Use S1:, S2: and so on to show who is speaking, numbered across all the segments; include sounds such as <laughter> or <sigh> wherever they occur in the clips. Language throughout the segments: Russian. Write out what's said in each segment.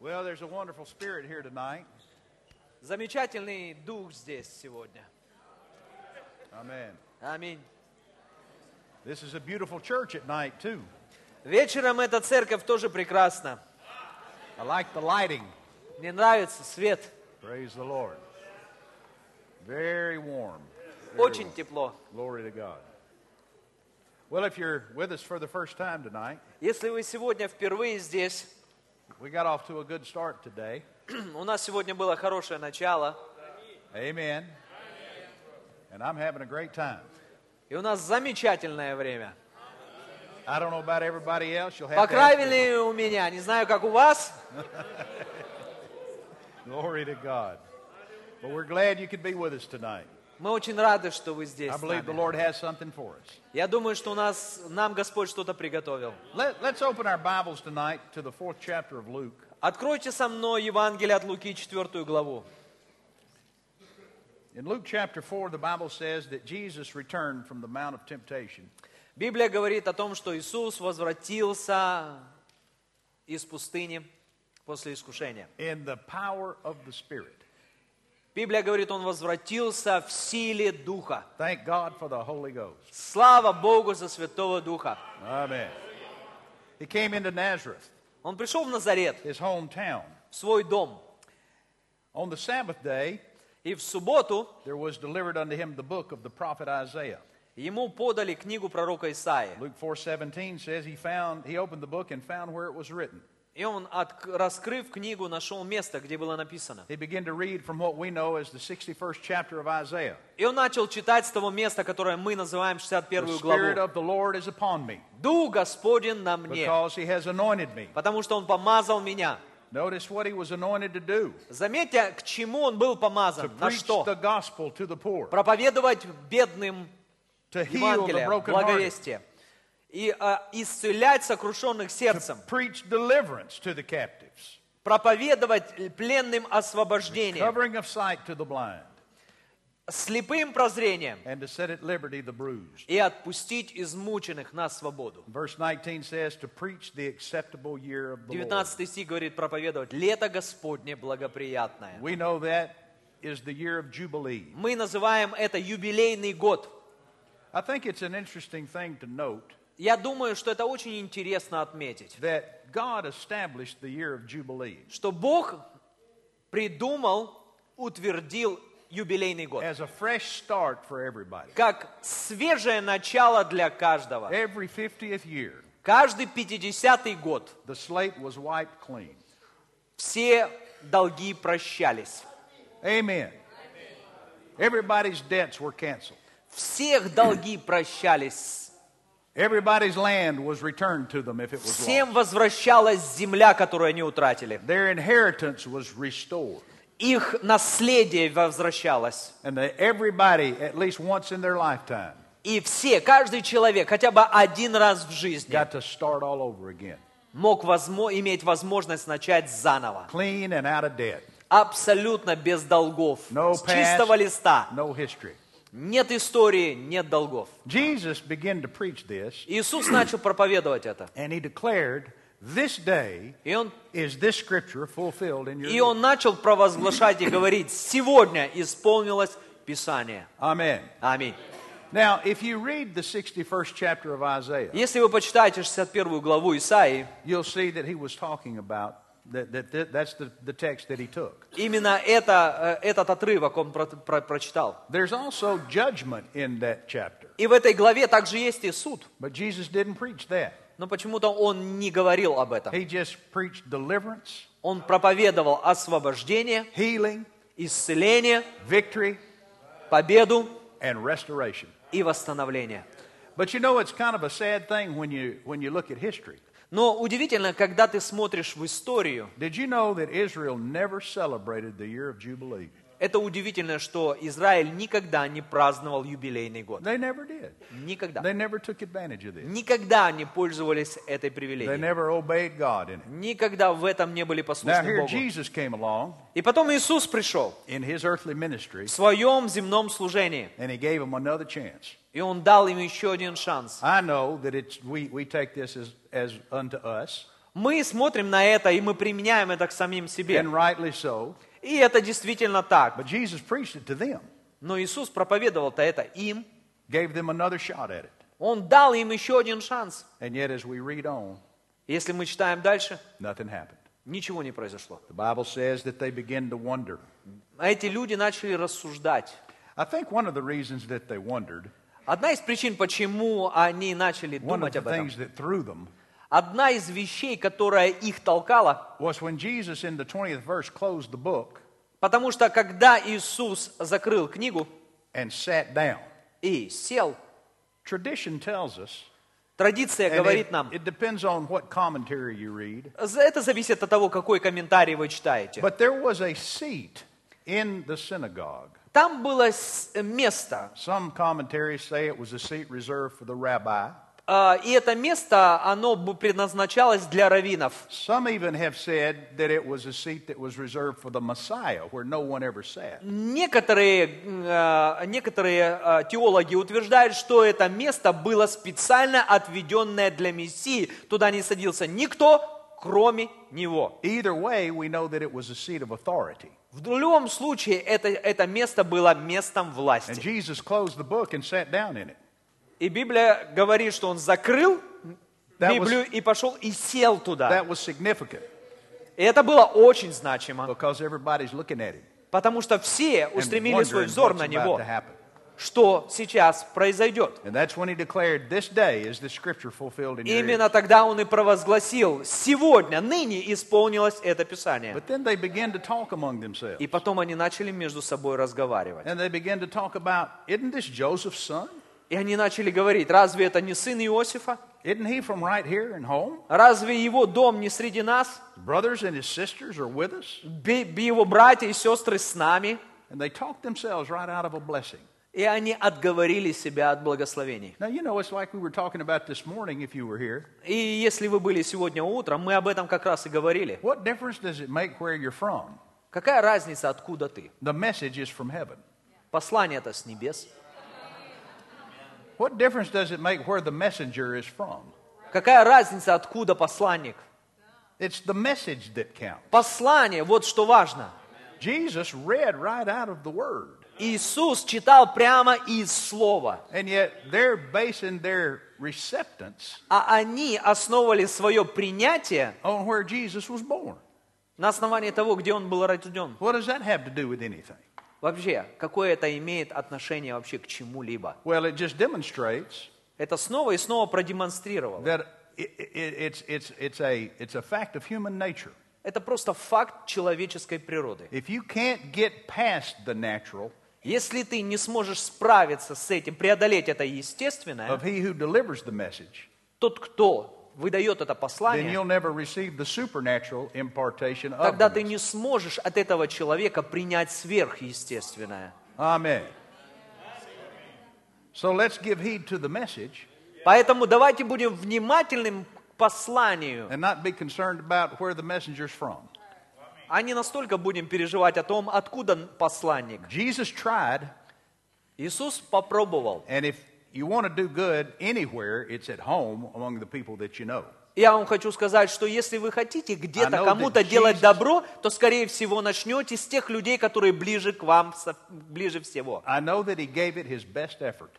S1: Well, there's a wonderful spirit here tonight.
S2: Замечательный дух здесь сегодня.
S1: Amen.
S2: Аминь.
S1: This is a beautiful church at night, too.
S2: Вечером эта церковь тоже прекрасна.
S1: I like the lighting.
S2: Мне нравится свет.
S1: Praise the Lord. Very warm. Very
S2: Очень
S1: warm.
S2: тепло.
S1: Glory to God. Well, if you're with us for the first time tonight,
S2: Если вы сегодня впервые здесь, <clears throat>
S1: we got off to a good start today.
S2: у нас сегодня было хорошее начало,
S1: Amen. And I'm having a great time.
S2: и у нас замечательное время.
S1: I don't know about everybody else. You'll have
S2: По
S1: to ask
S2: крайней
S1: them.
S2: мере у меня, не знаю, как у вас,
S1: Glory to God. But we're glad you could be with us tonight.
S2: мы очень рады, что вы здесь.
S1: I
S2: с
S1: believe the
S2: нами.
S1: Lord has something for us.
S2: Я думаю, что у нас, нам Господь что-то приготовил.
S1: Let, let's open our Bibles tonight to the fourth chapter of Luke.
S2: Откройте со мной Евангелие от Луки, 4 главу.
S1: In Luke chapter 4, the Bible says that Jesus returned from the Mount of Temptation.
S2: Библия говорит о том, что Иисус возвратился из пустыни после искушения.
S1: in the power of the Spirit.
S2: Библия говорит, он возвратился в силе Духа.
S1: Thank God for the Holy Ghost.
S2: Слава Богу за Святого Духа.
S1: Amen. He came into Nazareth,
S2: Он пришел в Назарет,
S1: his hometown.
S2: в свой дом,
S1: On the Sabbath day,
S2: и в субботу
S1: there was delivered unto him the book of the prophet Isaiah.
S2: ему подали книгу пророка Исаии.
S1: Luke 4:17 says he found he opened the book and found where it was written.
S2: И он, отк- раскрыв книгу, нашел место, где было написано.
S1: He began to read from what we know as the 61st chapter of Isaiah.
S2: И он начал читать с того места, которое мы называем
S1: The
S2: 61
S1: spirit
S2: главу.
S1: of the Lord is upon me
S2: «Дух Господень на мне,
S1: because he has anointed me.
S2: потому что Он помазал меня».
S1: Notice what he was anointed to do.
S2: Заметьте, к чему он был
S1: To
S2: помазан, на
S1: preach the
S2: что?
S1: gospel to the poor,
S2: Проповедовать бедным
S1: to heal the
S2: Евангелие,
S1: brokenhearted,
S2: благовестие. И э, исцелять сокрушенных сердцем.
S1: preach deliverance to the captives,
S2: Проповедовать пленным освобождение.
S1: covering of sight to the blind,
S2: Слепым прозрением.
S1: and to set at liberty the bruised.
S2: И отпустить измученных на свободу.
S1: Verse 19 says, to preach the acceptable year of the Lord.
S2: 19 стих говорит проповедовать. Лето Господне благоприятное.
S1: We know that is the year of Jubilee.
S2: Мы называем это юбилейный год.
S1: I think it's an interesting thing to note
S2: Я думаю, что это очень интересно отметить.
S1: that God established the year of Jubilee
S2: Что Бог придумал, утвердил юбилейный год.
S1: as a fresh start for everybody.
S2: как свежее начало для каждого.
S1: Every 50th year,
S2: Каждый 50-й год
S1: the slate was wiped clean.
S2: все долги прощались.
S1: Amen. Everybody's debts were canceled.
S2: Всех долги прощались.
S1: Everybody's land was returned to them if it was lost.
S2: Всем возвращалась земля, которую они утратили.
S1: Their inheritance was restored.
S2: Их наследие возвращалось.
S1: And that everybody, at least once in their lifetime,
S2: И все, каждый человек, хотя бы один раз в жизни,
S1: got to start all over again.
S2: мог возмо- иметь возможность начать заново.
S1: Clean and out of debt.
S2: Абсолютно без долгов.
S1: No
S2: С чистого
S1: past,
S2: листа.
S1: no history.
S2: Нет истории, нет долгов.
S1: Jesus began to preach this,
S2: Иисус начал проповедовать это.
S1: and he declared, This day
S2: И он,
S1: is this scripture fulfilled in your
S2: и он
S1: ears."
S2: начал провозглашать и говорить, сегодня исполнилось Писание.
S1: Amen.
S2: Аминь.
S1: Now, if you read the 61st chapter of Isaiah,
S2: Если вы почитаете 61 главу Исаии,
S1: you'll see that he was talking about that, that, that that's the, the text that he took.
S2: именно это, э, этот отрывок он про- про- прочитал.
S1: There's also judgment in that chapter,
S2: И в этой главе также есть и суд,
S1: but Jesus didn't preach that.
S2: но почему-то он не говорил об этом.
S1: He just preached deliverance,
S2: Он проповедовал освобождение,
S1: healing,
S2: исцеление,
S1: victory,
S2: победу
S1: and restoration.
S2: и восстановление.
S1: But you know, it's kind of a sad thing when you when you look at history.
S2: Но удивительно, когда ты смотришь в историю,
S1: Did you know that Israel never celebrated the year of Jubilee?
S2: это удивительно, что Израиль никогда не праздновал юбилейный год.
S1: They never did.
S2: Никогда.
S1: They never took advantage of this.
S2: Никогда не пользовались этой
S1: They
S2: привилегией.
S1: never obeyed God in it.
S2: Никогда в этом не были
S1: Now
S2: послушны
S1: here
S2: Богу.
S1: Jesus came along
S2: И потом Иисус пришел
S1: in his earthly ministry
S2: в своем земном служении,
S1: and he gave them another chance.
S2: и Он дал им еще один шанс.
S1: I know that it's, we, we take this as, as unto us,
S2: Мы смотрим на это, и мы применяем это к самим себе.
S1: and rightly so.
S2: И это действительно так.
S1: But Jesus preached it to them,
S2: Но Иисус проповедовал-то это им.
S1: gave them another shot at it.
S2: Он дал им еще один шанс.
S1: And yet, as we read on,
S2: Если мы читаем дальше,
S1: nothing happened.
S2: ничего не произошло.
S1: The Bible says that they begin to wonder.
S2: А Эти люди начали рассуждать.
S1: I think one of the reasons that they wondered,
S2: Одна из причин, почему они начали
S1: one of
S2: думать
S1: the
S2: об этом,
S1: things that threw them,
S2: одна из вещей, которая их толкала,
S1: was when Jesus in the 20th verse closed the book
S2: потому что когда Иисус закрыл книгу
S1: and sat down.
S2: и сел,
S1: Tradition tells us,
S2: традиция
S1: and
S2: говорит
S1: it,
S2: нам,
S1: it depends on what commentary you read,
S2: За- Это зависит от того, какой комментарий вы читаете.
S1: but there was a seat in the synagogue.
S2: Там было с- место,
S1: Some commentaries say it was a seat reserved for the rabbi.
S2: а, и это место, оно бы предназначалось для раввинов.
S1: Some even have said that it was a seat that was reserved for the Messiah, where no one ever sat.
S2: Некоторые, м, а, некоторые а, теологи утверждают, что это место было специально отведенное для Мессии. Tуда не садился никто, кроме него.
S1: Either way, we know that it was a seat of authority.
S2: В любом случае, это, это место было местом
S1: And
S2: власти.
S1: Jesus closed the book and sat down in it.
S2: И Библия говорит, что он закрыл
S1: That was-
S2: Библию и пошел и сел туда.
S1: That was significant
S2: И это было очень значимо,
S1: because everybody's looking at him
S2: потому что все
S1: and
S2: устремили свой
S1: wondering
S2: взор
S1: what's
S2: на
S1: about
S2: него,
S1: to happen.
S2: что сейчас произойдет.
S1: And that's when he declared, "This day is the scripture fulfilled in your ears."
S2: Именно тогда он и провозгласил, сегодня, ныне исполнилось это Писание.
S1: But then they begin to talk among themselves,
S2: И потом они начали между собой разговаривать.
S1: and they begin to talk about, "Isn't this Joseph's son?
S2: И они начали говорить, разве это не сын Иосифа?
S1: Isn't he from right here and home?"
S2: Разве его дом не среди нас?
S1: brothers and his sisters are with us,
S2: Би би его братья и сестры с нами?
S1: and they talk themselves right out of a blessing.
S2: И они отговорили себя от благословений.
S1: Now, you know, it's like we were talking about this morning if you were here.
S2: И если вы были сегодня утром, мы об этом как раз и говорили.
S1: What difference does it make where you're from?
S2: Какая разница, откуда ты?
S1: The мessage is from heaven.
S2: Послание-то с небес.
S1: What difference does it make where the messenger is from?
S2: Какая разница, откуда посланник?
S1: It's the message that counts.
S2: Послание, вот что важно.
S1: Jesus read right out of the word,
S2: Иисус читал прямо из Слова,
S1: and yet they're basing their receptance
S2: а они основывали свое принятие
S1: on where Jesus was born.
S2: на основании того, где он был рожден.
S1: What does that have to do with anything?
S2: Вообще, какое это имеет отношение вообще к чему-либо?
S1: Well, it just demonstrates
S2: Это снова и снова продемонстрировало.
S1: that it, it, it's, it's, it's, a, it's a fact of human nature.
S2: Это просто факт человеческой природы.
S1: If you can't get past the natural
S2: Если ты не сможешь справиться с этим, преодолеть это естественное,
S1: of he who delivers the message,
S2: тот, кто выдает это
S1: then
S2: послание,
S1: you'll never receive the supernatural impartation of
S2: тогда
S1: the
S2: ты
S1: message.
S2: не сможешь от этого человека принять сверхъестественное.
S1: Amen. So let's give heed to the message
S2: Поэтому давайте будем внимательным к посланию,
S1: and not be concerned about where the messenger's from.
S2: а не настолько будем переживать о том, откуда посланник.
S1: Jesus tried,
S2: Иисус попробовал.
S1: and if you want to do good anywhere, it's at home among the people that you know.
S2: Я вам хочу сказать, что если вы хотите
S1: I know
S2: где-то
S1: that
S2: кому-то делать
S1: Jesus-
S2: добро, то, скорее всего, начнете с тех людей, которые ближе к вам, со- ближе всего.
S1: I know that he gave it his best effort.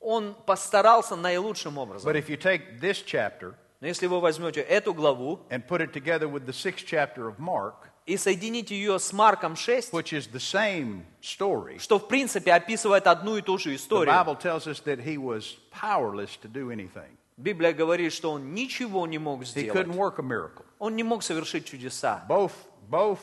S2: Он постарался наилучшим
S1: But
S2: образом.
S1: if you take this chapter
S2: Но если вы возьмете эту главу
S1: and put it together with the sixth chapter of Mark,
S2: и соедините ее с Марком 6,
S1: which is the same story,
S2: что, в принципе, описывает одну и ту же
S1: the
S2: историю.
S1: Bible tells us that he was powerless to do anything.
S2: Библия говорит, что он ничего не мог
S1: He
S2: сделать.
S1: couldn't work a miracle.
S2: Он не мог совершить чудеса.
S1: Both, both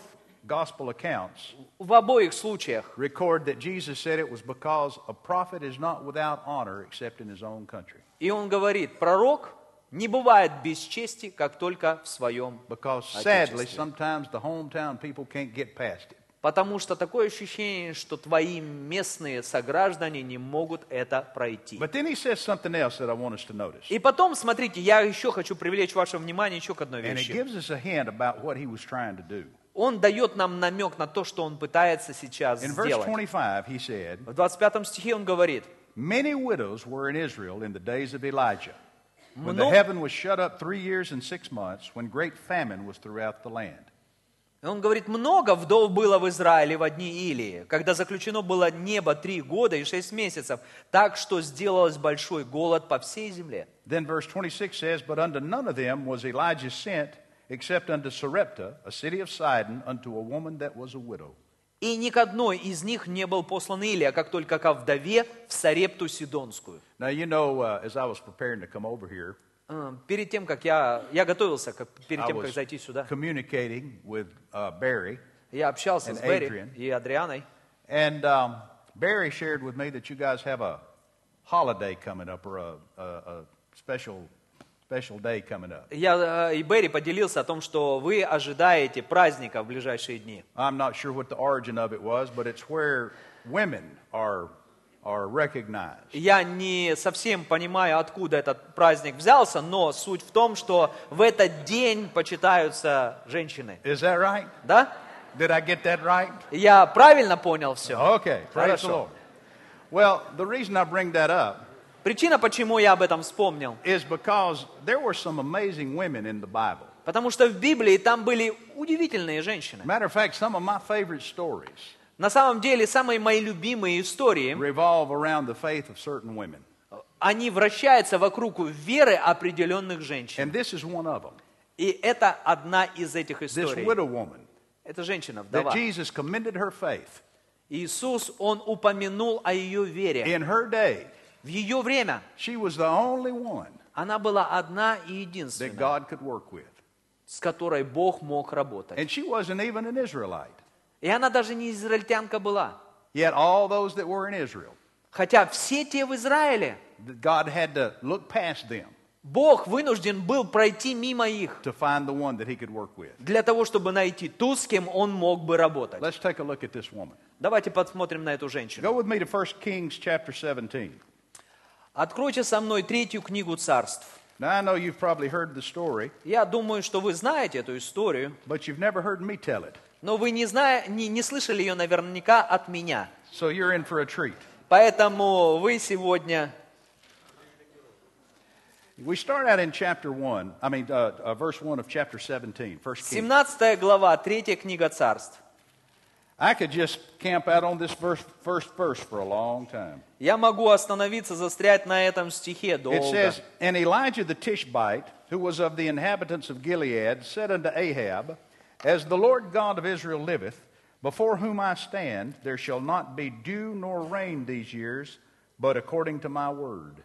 S1: gospel accounts
S2: В обоих случаях
S1: record that Jesus said it was because a prophet is not without honor except in his own country,
S2: и он говорит, пророк не бывает без чести, как только в своем.
S1: because
S2: I
S1: sadly,
S2: just-
S1: sometimes the hometown people can't get past it.
S2: Потому что такое ощущение, что твои местные сограждане не могут это пройти.
S1: But then he says something else that I want us to notice.
S2: И потом, смотрите, я еще хочу привлечь ваше внимание еще к одной
S1: And it
S2: вещи.
S1: gives us a hint about what he was trying to do.
S2: Он дает нам намек на то, что он пытается сейчас
S1: In verse
S2: сделать.
S1: 25, he said,
S2: В 25 стихе он говорит,
S1: Many widows were in Israel in the days of Elijah, when the
S2: Мно-
S1: heaven was shut up three years and six months, when great famine was throughout the land.
S2: И Он говорит, много вдов было в Израиле в одни Илии, когда заключено было небо три года и шесть месяцев, так что сделалось большой голод по всей земле.
S1: Then verse 26 says, But unto none of them was Elijah sent, except unto Sarepta, a city of Sidon, unto a woman that was a widow.
S2: И ни к одной из них не был послан Илия, как только ко вдове в Сарепту Сидонскую.
S1: Now, you know, uh, as I was preparing to come over here,
S2: Э, Перед тем, как я... Я готовился, как, перед
S1: I
S2: тем, как
S1: was
S2: зайти сюда.
S1: communicating with uh, Barry,
S2: Я общался
S1: and
S2: с Берри
S1: Adrian.
S2: и Адрианой.
S1: and um, Barry shared with me that you guys have a holiday coming up or a, a, a special, special day coming up.
S2: Я, э, и Берри поделился о том, что вы ожидаете праздника в ближайшие дни.
S1: I'm not sure what the origin of it was, but it's where women are, are recognized.
S2: Я не совсем понимаю, откуда этот праздник взялся, но суть в том, что в этот день почитаются женщины.
S1: Is that right?
S2: Да?
S1: Did I get that right?
S2: Я правильно понял все?
S1: Okay, praise the
S2: Хорошо.
S1: Lord. Well, the reason I bring that up
S2: Причина, почему я об этом вспомнил,
S1: is because there were some amazing women in the Bible.
S2: потому что в Библии там были удивительные женщины.
S1: Matter of fact, some of my favorite stories
S2: На самом деле, самые мои любимые истории,
S1: revolve around the faith of certain women.
S2: они вращаются вокруг веры определенных женщин.
S1: And this is one of them.
S2: И это одна из этих
S1: This
S2: историй.
S1: widow woman
S2: Это женщина,
S1: that
S2: вдова.
S1: Jesus commended her faith
S2: Иисус, Он упомянул о ее вере.
S1: in her day.
S2: В ее время
S1: She was the only one
S2: она была одна и
S1: that
S2: единственная,
S1: God could work with.
S2: с которой Бог мог работать.
S1: And she wasn't even an Israelite.
S2: И она даже не израильтянка была.
S1: Yet all those that were in Israel,
S2: Хотя все те в Израиле,
S1: th- God had to look past them
S2: Бог вынужден был пройти мимо их
S1: to find the one that he could work with.
S2: для того, чтобы найти ту, с кем он мог бы работать.
S1: Let's take a look at this woman.
S2: Давайте посмотрим на эту женщину.
S1: Go with me to 1 Kings chapter 17.
S2: Откройте со мной третью книгу царств.
S1: Now, I know you've probably heard the story,
S2: Я думаю, что вы знаете эту историю,
S1: but you've never heard me tell it.
S2: но вы не, зная, не, не слышали ее наверняка от меня.
S1: So you're in for a treat.
S2: Поэтому вы сегодня...
S1: We start out in chapter 1, I mean, uh, uh, verse 1 of chapter 17, 1 Kings.
S2: 17 глава, 3 книга царств.
S1: I could just camp out on this verse, first verse for a long time.
S2: Я могу остановиться, застрять на этом стихе
S1: It
S2: долго.
S1: says, And Elijah the Tishbite, who was of the inhabitants of Gilead, said unto Ahab, As the Lord God of Israel liveth, before whom I stand, there shall not be dew nor rain these years, but according to my word.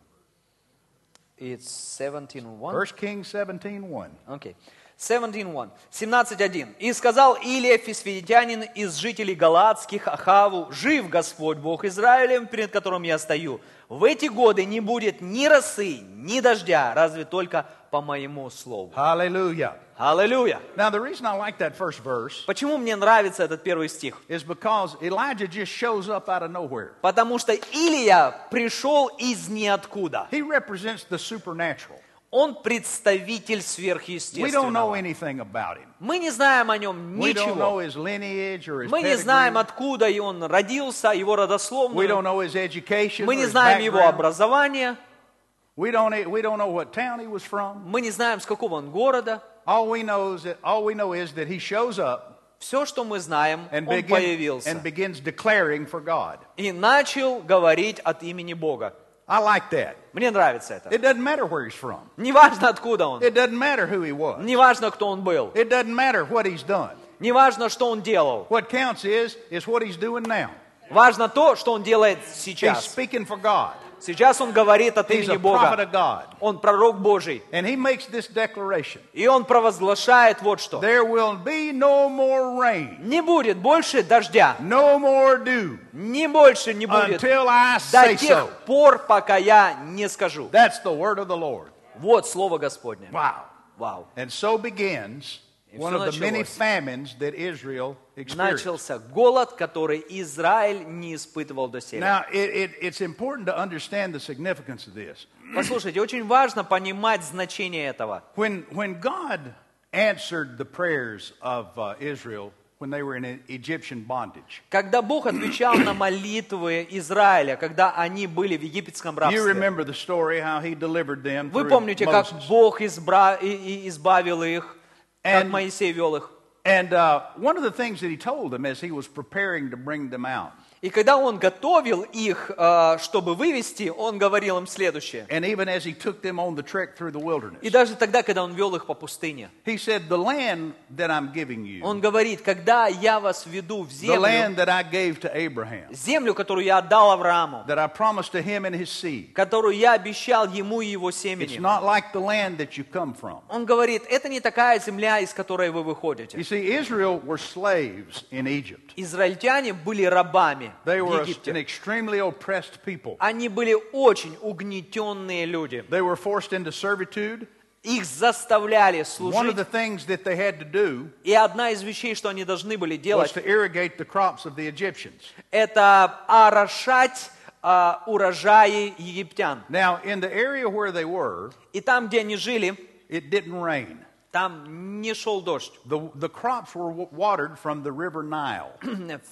S2: It's 17.1.
S1: 1 Kings 17 1.
S2: Окей. 17.1. 17.1. «И сказал Илия Фисфитянин из жителей Галаадских Ахаву, «Жив Господь Бог Израилем, перед которым я стою. В эти годы не будет ни росы, ни дождя, разве только по моему слову».
S1: Hallelujah.
S2: Аллилуйя!
S1: Now, the reason I like that first verse
S2: Почему мне нравится этот первый стих?
S1: is because Elijah just shows up out of nowhere.
S2: Потому что Илия пришел из ниоткуда.
S1: He represents the supernatural.
S2: Он представитель
S1: We don't know
S2: сверхъестественного.
S1: anything about him.
S2: Мы не знаем о нем
S1: We don't know
S2: ничего.
S1: his lineage or his
S2: Мы не знаем,
S1: pedigree.
S2: откуда и он родился, его
S1: We don't
S2: родословную.
S1: know his education.
S2: Мы
S1: or
S2: не
S1: his
S2: знаем его
S1: background.
S2: образование.
S1: We don't, e- we don't know what town he was from.
S2: Мы не знаем, с какого он города.
S1: All we know is that, all we know is that he shows up
S2: Все, что мы знаем,
S1: and,
S2: он
S1: begin- and
S2: появился.
S1: begins declaring for God.
S2: И начал говорить от имени Бога.
S1: I like that.
S2: Мне нравится это.
S1: It doesn't matter where he's from.
S2: Неважно, откуда он.
S1: It doesn't matter who he was.
S2: Неважно, кто он был.
S1: It doesn't matter what he's done.
S2: Неважно, что он делал.
S1: What counts is is what he's doing now.
S2: Важно то, что он делает
S1: He's
S2: сейчас.
S1: speaking for God.
S2: Сейчас он говорит от
S1: He's
S2: имени
S1: a prophet
S2: Бога.
S1: of God.
S2: Он пророк Божий.
S1: And he makes this declaration.
S2: И он провозглашает вот что.
S1: There will be no more rain,
S2: Не будет больше дождя.
S1: no more dew
S2: Не больше не будет.
S1: until I
S2: До
S1: say so.
S2: тех пор, пока я не скажу.
S1: That's the word of the Lord.
S2: Вот слово Господне.
S1: Wow.
S2: Вау.
S1: And so begins
S2: И
S1: one
S2: всё
S1: of the many
S2: началось.
S1: famines that Israel experienced.
S2: Начался голод, который Израиль не испытывал до сих
S1: Now, it, it, it's important to understand the significance of this.
S2: Послушайте, очень важно понимать значение этого.
S1: When, when God answered the prayers of uh, Israel when they were in Egyptian bondage.
S2: Когда Бог отвечал на молитвы Израиля, когда они были в египетском
S1: You
S2: рабстве,
S1: remember the story how he delivered them
S2: вы
S1: through
S2: помните, как
S1: Moses.
S2: Бог избра- и- и избавил их, как
S1: And-
S2: Моисей вел их.
S1: And uh, one of the things that he told them as he was preparing to bring them out,
S2: И когда он готовил их, а, чтобы вывести, он говорил им следующее.
S1: and even as he took them on the trek through the wilderness,
S2: И даже тогда, когда он вел их по пустыне,
S1: he said, The land that I'm giving you,
S2: он говорит, когда я вас веду в
S1: the
S2: землю,
S1: land that I gave to Abraham,
S2: землю, которую я отдал Аврааму,
S1: that I promised to him and his seed,
S2: которую я обещал ему и его
S1: it's
S2: семени,
S1: not like the land that you come from.
S2: он говорит, это не такая земля, из которой вы выходите.
S1: You see, Israel were slaves in Egypt,
S2: Израильтяне были rабами
S1: they were
S2: в
S1: a- an
S2: Египте.
S1: extremely oppressed people.
S2: Они были очень угнетенные люди.
S1: They were forced into servitude.
S2: Их заставляли
S1: One of
S2: служить.
S1: the things that they had to do
S2: И одна из вещей, что они должны были
S1: was
S2: делать,
S1: to irrigate the crops of the Egyptians.
S2: это орошать а, урожаи египтян.
S1: Now, in the area where they were,
S2: И там, где они жили,
S1: it didn't rain.
S2: там не шел дождь. <clears throat>
S1: The, the crops were w- watered from the river Nile,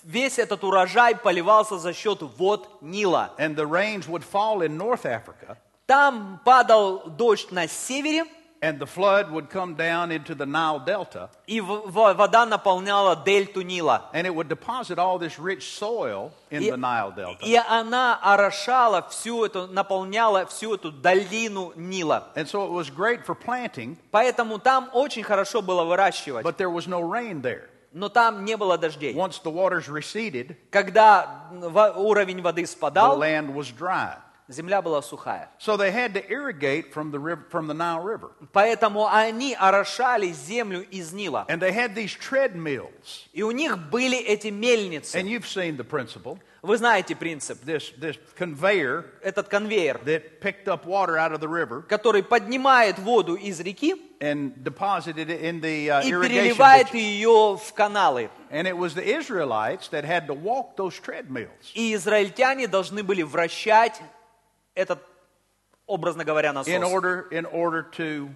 S2: Весь этот урожай поливался за счет вод Нила.
S1: and the rains would fall in North Africa,
S2: Там падал дождь на севере,
S1: and the flood would come down into the Nile Delta,
S2: и в- в- вода наполняла дельту Нила.
S1: and it would deposit all this rich soil in
S2: И,
S1: the Nile Delta.
S2: и она орошала всю эту, наполняла всю эту долину Нила.
S1: And so it was great for planting,
S2: Поэтому там очень хорошо было выращивать,
S1: but there was no rain there.
S2: но там не было дождей.
S1: Once the waters receded,
S2: Когда во- уровень воды
S1: the
S2: спадал,
S1: land was dry.
S2: земля была сухая.
S1: So they had to irrigate from the, river, from the Nile River.
S2: Поэтому они орошали землю из Нила.
S1: And they had these treadmills.
S2: И у них были эти мельницы.
S1: And you've seen the principle
S2: Вы знаете принцип.
S1: this, this conveyor
S2: Этот конвейер,
S1: that picked up water out of the river
S2: который поднимает воду из реки
S1: and deposited it in the uh,
S2: и
S1: irrigation
S2: переливает
S1: ditches.
S2: ее в каналы.
S1: And it was the Israelites that had to walk those treadmills
S2: И израильтяне должны были вращать этот, образно говоря,
S1: in
S2: насос.
S1: order in order to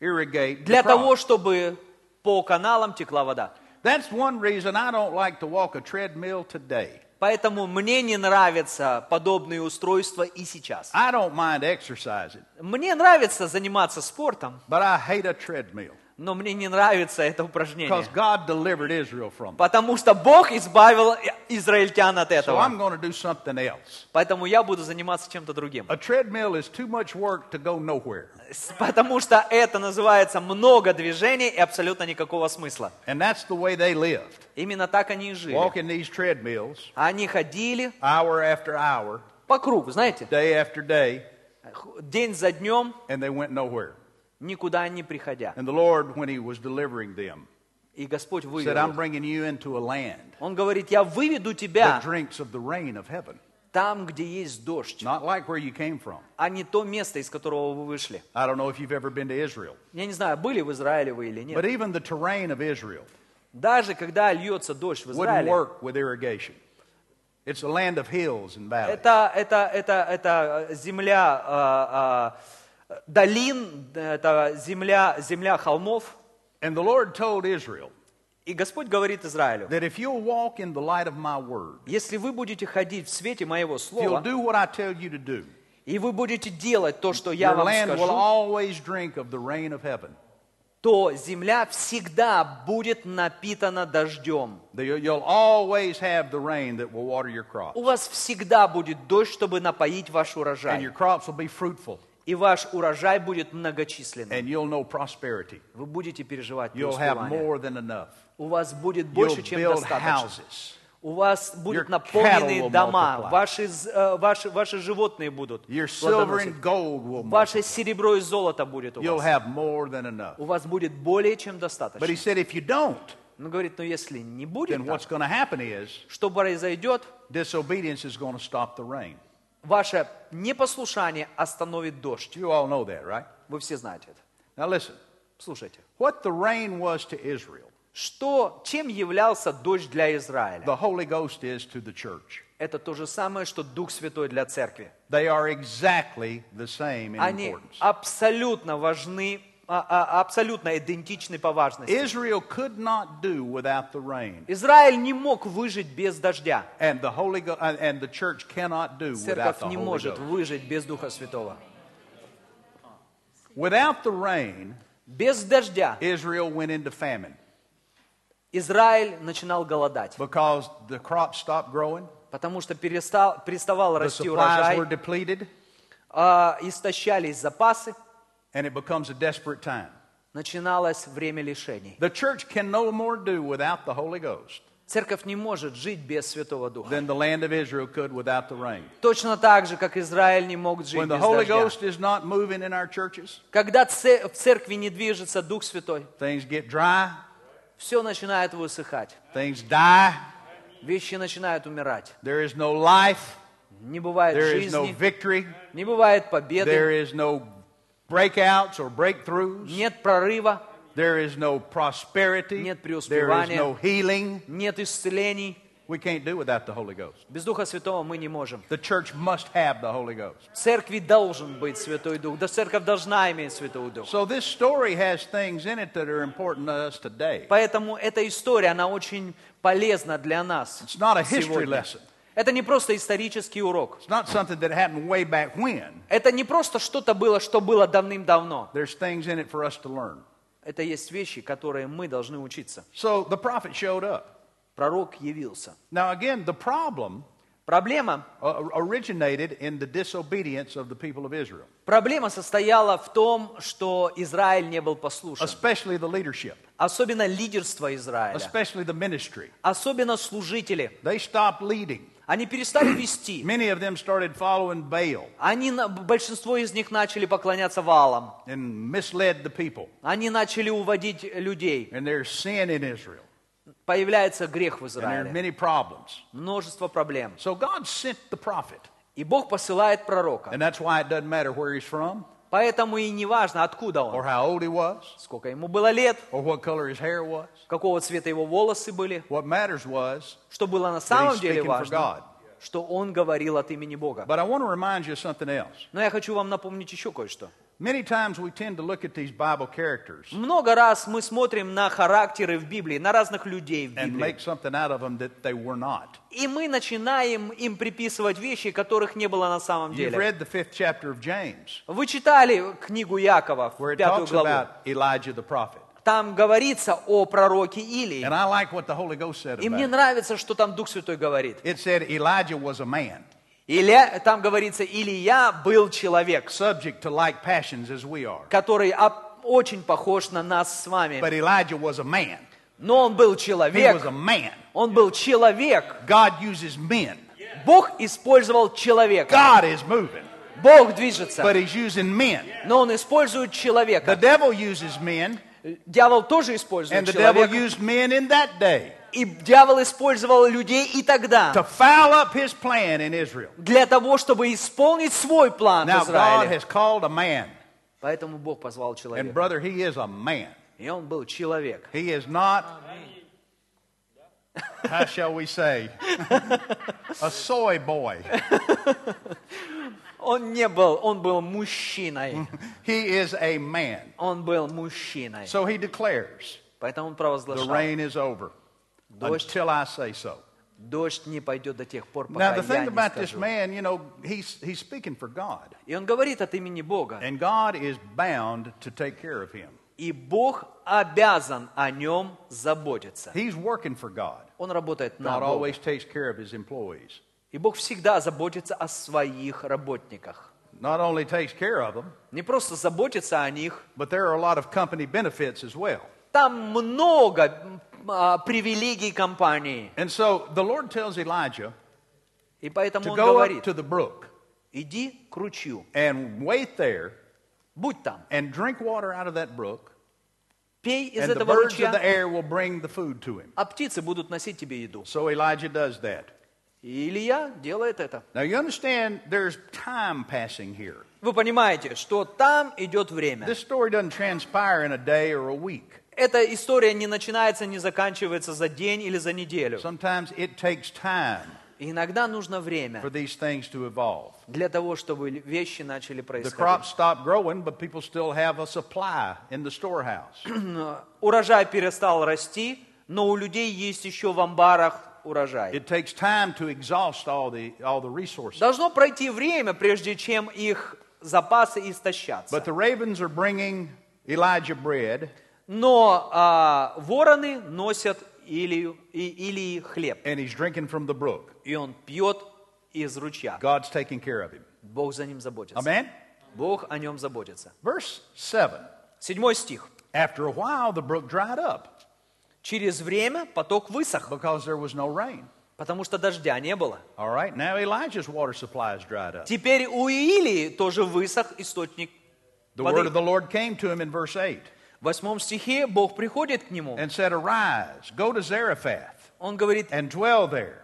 S1: irrigate the
S2: Для того,
S1: crops.
S2: чтобы по каналам текла вода.
S1: That's one reason I don't like to walk a treadmill today.
S2: Поэтому мне не нравятся подобные устройства и сейчас.
S1: I don't mind exercising,
S2: Мне нравится заниматься спортом,
S1: but I hate a treadmill
S2: но мне не нравится это упражнение.
S1: because God delivered Israel from it.
S2: Потому что Бог избавил израильтян от
S1: So
S2: этого.
S1: I'm going to do something else.
S2: Поэтому я буду заниматься чем-то другим.
S1: A treadmill is too much work to go nowhere.
S2: С- Потому что это называется много движений и абсолютно никакого смысла.
S1: And that's the way they lived,
S2: Именно так они и жили.
S1: walking these treadmills
S2: Они ходили
S1: hour after hour,
S2: по кругу, знаете,
S1: day after day,
S2: х- день за днем,
S1: and they went nowhere.
S2: никуда не приходя.
S1: And the Lord, when He was delivering them,
S2: И Господь
S1: said,
S2: вывел.
S1: I'm
S2: их.
S1: bringing you into a land
S2: Он говорит, я выведу тебя
S1: that drinks of the rain of heaven,
S2: там, где есть дождь,
S1: not like where you came from.
S2: а не то место, из которого вы вышли.
S1: I don't know if you've ever been to Israel,
S2: Я не знаю, были в Израиле вы или
S1: but
S2: нет.
S1: even the terrain of Israel
S2: Даже когда льется дождь в
S1: wouldn't
S2: Израиле,
S1: work with irrigation. It's a land of hills and valleys.
S2: Это, это, это, это э, земля а, а, долин, это земля, земля холмов.
S1: And the Lord told Israel
S2: И Господь говорит Израилю,
S1: that if you'll walk in the light of my word,
S2: если вы будете ходить в свете моего
S1: if you'll
S2: слова,
S1: do what I tell you to do,
S2: и вы будете делать то, что я
S1: your
S2: вам
S1: land will
S2: скажу,
S1: always drink of the rain of heaven.
S2: то земля всегда будет напитана дождем.
S1: The- You'll always have the rain that will water your crops,
S2: У вас всегда будет дождь, чтобы напоить ваш
S1: and your
S2: урожай.
S1: crops will be fruitful,
S2: И ваш урожай будет многочисленным.
S1: and you'll know prosperity.
S2: Вы будете переживать
S1: You'll have
S2: преуспевание.
S1: more than enough.
S2: У вас будет
S1: You'll
S2: больше, чем
S1: build
S2: достаточно.
S1: houses.
S2: У вас
S1: Your
S2: будут
S1: cattle will
S2: наполнены дома,
S1: multiply.
S2: ваши, з- э, ваши, ваши животные будут
S1: Your silver
S2: плодоносить.
S1: and gold will multiply.
S2: Ваше серебро и золото будет у
S1: You'll
S2: вас.
S1: have more than enough.
S2: У вас будет более чем достаточно.
S1: But he said, if you don't,
S2: Но говорит, ну если не будет
S1: then
S2: так,
S1: what's going to happen is
S2: что произойдет?
S1: disobedience is going to stop the rain.
S2: Ваше непослушание остановит дождь.
S1: You all know that, right?
S2: Вы все знаете это.
S1: Now listen.
S2: Слушайте,
S1: What the rain was to Israel,
S2: что, чем являлся дождь для Израиля?
S1: the Holy Ghost is to the church.
S2: Это то же самое, что Дух Святой для Церкви.
S1: They are exactly the same in
S2: Они
S1: importance.
S2: абсолютно важны, а, а- а- абсолютно идентичны по важности.
S1: Israel could not do without the rain,
S2: Израиль не мог выжить без дождя.
S1: and the Holy Go- and and the church cannot do without
S2: Церковь
S1: the
S2: не
S1: Holy
S2: может
S1: Ghost.
S2: выжить без Духа Святого.
S1: Without the rain,
S2: Без дождя
S1: Israel went into famine
S2: Израиль начинал голодать,
S1: because the crops stopped growing,
S2: потому что перестал, переставал
S1: the
S2: расти
S1: supplies were
S2: урожай,
S1: depleted,
S2: а, истощались запасы,
S1: and it becomes a desperate time.
S2: начиналось время лишений.
S1: The church can no more do without the Holy Ghost
S2: Церковь не может жить без Святого Духа.
S1: than the land of Israel could without the rain.
S2: Точно так же, как Израиль не мог жить
S1: When the
S2: без
S1: Holy
S2: дождя.
S1: Ghost is not moving in our churches,
S2: Когда це- в церкви не движется Дух Святой,
S1: things get dry,
S2: все начинает высыхать,
S1: things die,
S2: вещи начинают умирать.
S1: there is no life,
S2: Не бывает
S1: there is no
S2: жизни,
S1: victory,
S2: не бывает победы,
S1: there is no breakouts or breakthroughs,
S2: нет прорыва,
S1: there is no prosperity,
S2: Нет
S1: there is
S2: преуспевания.
S1: no healing.
S2: нет исцелений.
S1: We can't do without the Holy Ghost.
S2: Без Духа Святого мы не можем.
S1: The church must have the Holy Ghost.
S2: В церкви должен быть Святой Дух, да церковь должна иметь Святой Дух.
S1: So this story has things in it that are important to us today.
S2: Поэтому эта история, она очень полезна для нас.
S1: It's not a history
S2: сегодня.
S1: lesson.
S2: Это не просто исторический урок.
S1: It's not something that happened way back when.
S2: Это не просто что-то было, что было давным-давно.
S1: There's things in it for us to learn.
S2: Это есть вещи, которые мы должны учиться.
S1: So the prophet showed up.
S2: Пророк явился.
S1: Now again, the problem
S2: Проблема,
S1: uh, originated in the disobedience of the people of Israel,
S2: проблема состояла в том, что Израиль не был послушен.
S1: especially the leadership,
S2: Особенно лидерство Израиля.
S1: especially the ministry.
S2: Особенно служители.
S1: They stopped leading.
S2: Они перестали вести.
S1: Many of them started following Baal
S2: Они, на- большинство из них начали поклоняться валам.
S1: and misled the people.
S2: Они начали уводить людей.
S1: And there's sin in Israel,
S2: Появляется грех в
S1: and there are
S2: Израиле.
S1: many problems.
S2: Множество проблем.
S1: So God sent the prophet,
S2: И Бог посылает пророка.
S1: and that's why it doesn't matter where he's from,
S2: Поэтому и не важно, откуда
S1: or
S2: он,
S1: how old he was,
S2: сколько ему было лет,
S1: or what color his hair was.
S2: какого цвета его волосы были.
S1: What matters was
S2: Что было на
S1: that
S2: самом
S1: he's
S2: деле
S1: speaking for
S2: важно,
S1: God.
S2: что он говорил от имени Бога.
S1: But I want to remind you of something else.
S2: Но я хочу вам напомнить еще кое-что.
S1: Many times we tend to look at these Bible characters
S2: Много раз мы смотрим на характеры в Библии, на разных людей в
S1: and
S2: Библии.
S1: make something out of them that they were not.
S2: И мы начинаем им приписывать вещи, которых не было на самом
S1: You've
S2: деле.
S1: read the fifth chapter of James,
S2: Вы читали книгу Якова,
S1: where it
S2: пятую
S1: talks
S2: главу.
S1: about Elijah the prophet.
S2: Там говорится о пророке Илии.
S1: And I like what the Holy Ghost said
S2: И мне
S1: about it.
S2: нравится, что там Дух Святой говорит.
S1: It said Elijah was a man,
S2: Или, там говорится, Илия был человек,
S1: subject to like passions as we are.
S2: который об- очень похож на нас с вами.
S1: But Elijah was a man.
S2: Но он был
S1: He was
S2: человек,
S1: a man.
S2: Он был человек.
S1: God uses men.
S2: Бог использовал человека.
S1: God is moving,
S2: Бог движется,
S1: but he's using men.
S2: но он использует
S1: The
S2: человека.
S1: devil uses men,
S2: Дьявол тоже
S1: and
S2: использует
S1: the devil
S2: человека.
S1: used men in that day
S2: И дьявол использовал людей и тогда,
S1: to foul up his plan in Israel.
S2: для того, чтобы исполнить свой план в
S1: Now God
S2: Израиле.
S1: has called a man,
S2: Поэтому Бог позвал
S1: and
S2: человека.
S1: brother, he is a man.
S2: И он был человек.
S1: He is not, how shall we say, a soy boy.
S2: Он не был, он был мужчиной.
S1: He is a man.
S2: Он был мужчиной.
S1: So he declares,
S2: Поэтому он
S1: the
S2: провозглашал,
S1: rain is over until I say so.
S2: дождь не пойдет до тех пор,
S1: Now
S2: пока
S1: the
S2: я
S1: thing
S2: не
S1: about this
S2: скажу.
S1: man, you know, he's he's speaking for God,
S2: И он говорит от имени Бога.
S1: and God is bound to take care of him.
S2: И Бог обязан о нем заботиться.
S1: He's working for God.
S2: Он работает на
S1: God
S2: Бога.
S1: always takes care of his employees.
S2: И Бог всегда заботится о своих работниках.
S1: Not only takes care of them,
S2: Не просто заботится о них.
S1: but there are a lot of company benefits as well.
S2: Там много м, а, привилегий компании.
S1: And so the Lord tells Elijah
S2: И поэтому
S1: to
S2: он
S1: go up
S2: говорит,
S1: to the brook
S2: иди к ручью,
S1: and wait there
S2: будь там,
S1: and drink water out of that brook,
S2: пей из
S1: and the
S2: этого
S1: birds of the
S2: ручья,
S1: air will bring the food to him.
S2: а птицы будут носить тебе еду.
S1: So Elijah does that.
S2: И Илья делает это.
S1: Now you understand there's time passing here.
S2: Вы понимаете, что там идет время.
S1: This story doesn't transpire in a day or a week.
S2: Эта история не начинается, не заканчивается за день или за неделю.
S1: Sometimes it takes time
S2: И иногда нужно время
S1: for these things to evolve.
S2: для того, чтобы вещи начали
S1: The
S2: происходить.
S1: crops stop growing, but people still have a supply in the storehouse.
S2: Урожай перестал расти, но у людей есть еще в амбарах урожай.
S1: It takes time to exhaust all the, all the resources.
S2: Должно пройти время, прежде чем их запасы истощатся.
S1: But the ravens are bringing Elijah bread,
S2: Но а, вороны носят Илию, и, Илии хлеб,
S1: and he's drinking from the brook.
S2: и он пьет из ручья.
S1: God's taking care of him.
S2: Бог за ним заботится.
S1: Amen?
S2: Бог о нем заботится.
S1: Verse 7
S2: Седьмой стих.
S1: After a while, the brook dried up
S2: Через время поток высох,
S1: because there was no rain.
S2: потому что дождя не было.
S1: All right, now Elijah's water supply is dried up.
S2: Теперь у Илии тоже высох источник
S1: The
S2: воды.
S1: word of the Lord came to him in verse 8
S2: В восьмом стихе Бог приходит к нему.
S1: and said, Arise, go to Zarephath
S2: Он говорит,
S1: and dwell there.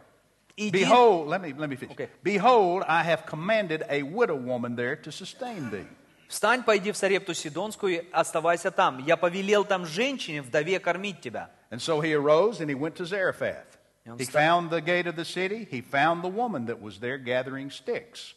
S2: иди,
S1: Behold, let me, let me finish.
S2: Okay.
S1: Behold, I have commanded a widow woman there to sustain thee.
S2: встань, пойди в Сарепту Сидонскую, и оставайся там. Я повелел там женщине, вдове, кормить тебя.
S1: And so he arose and he went to Zarephath.
S2: Yeah, I'm
S1: He
S2: stuck.
S1: found the gate of the city. He found the woman that was there gathering sticks.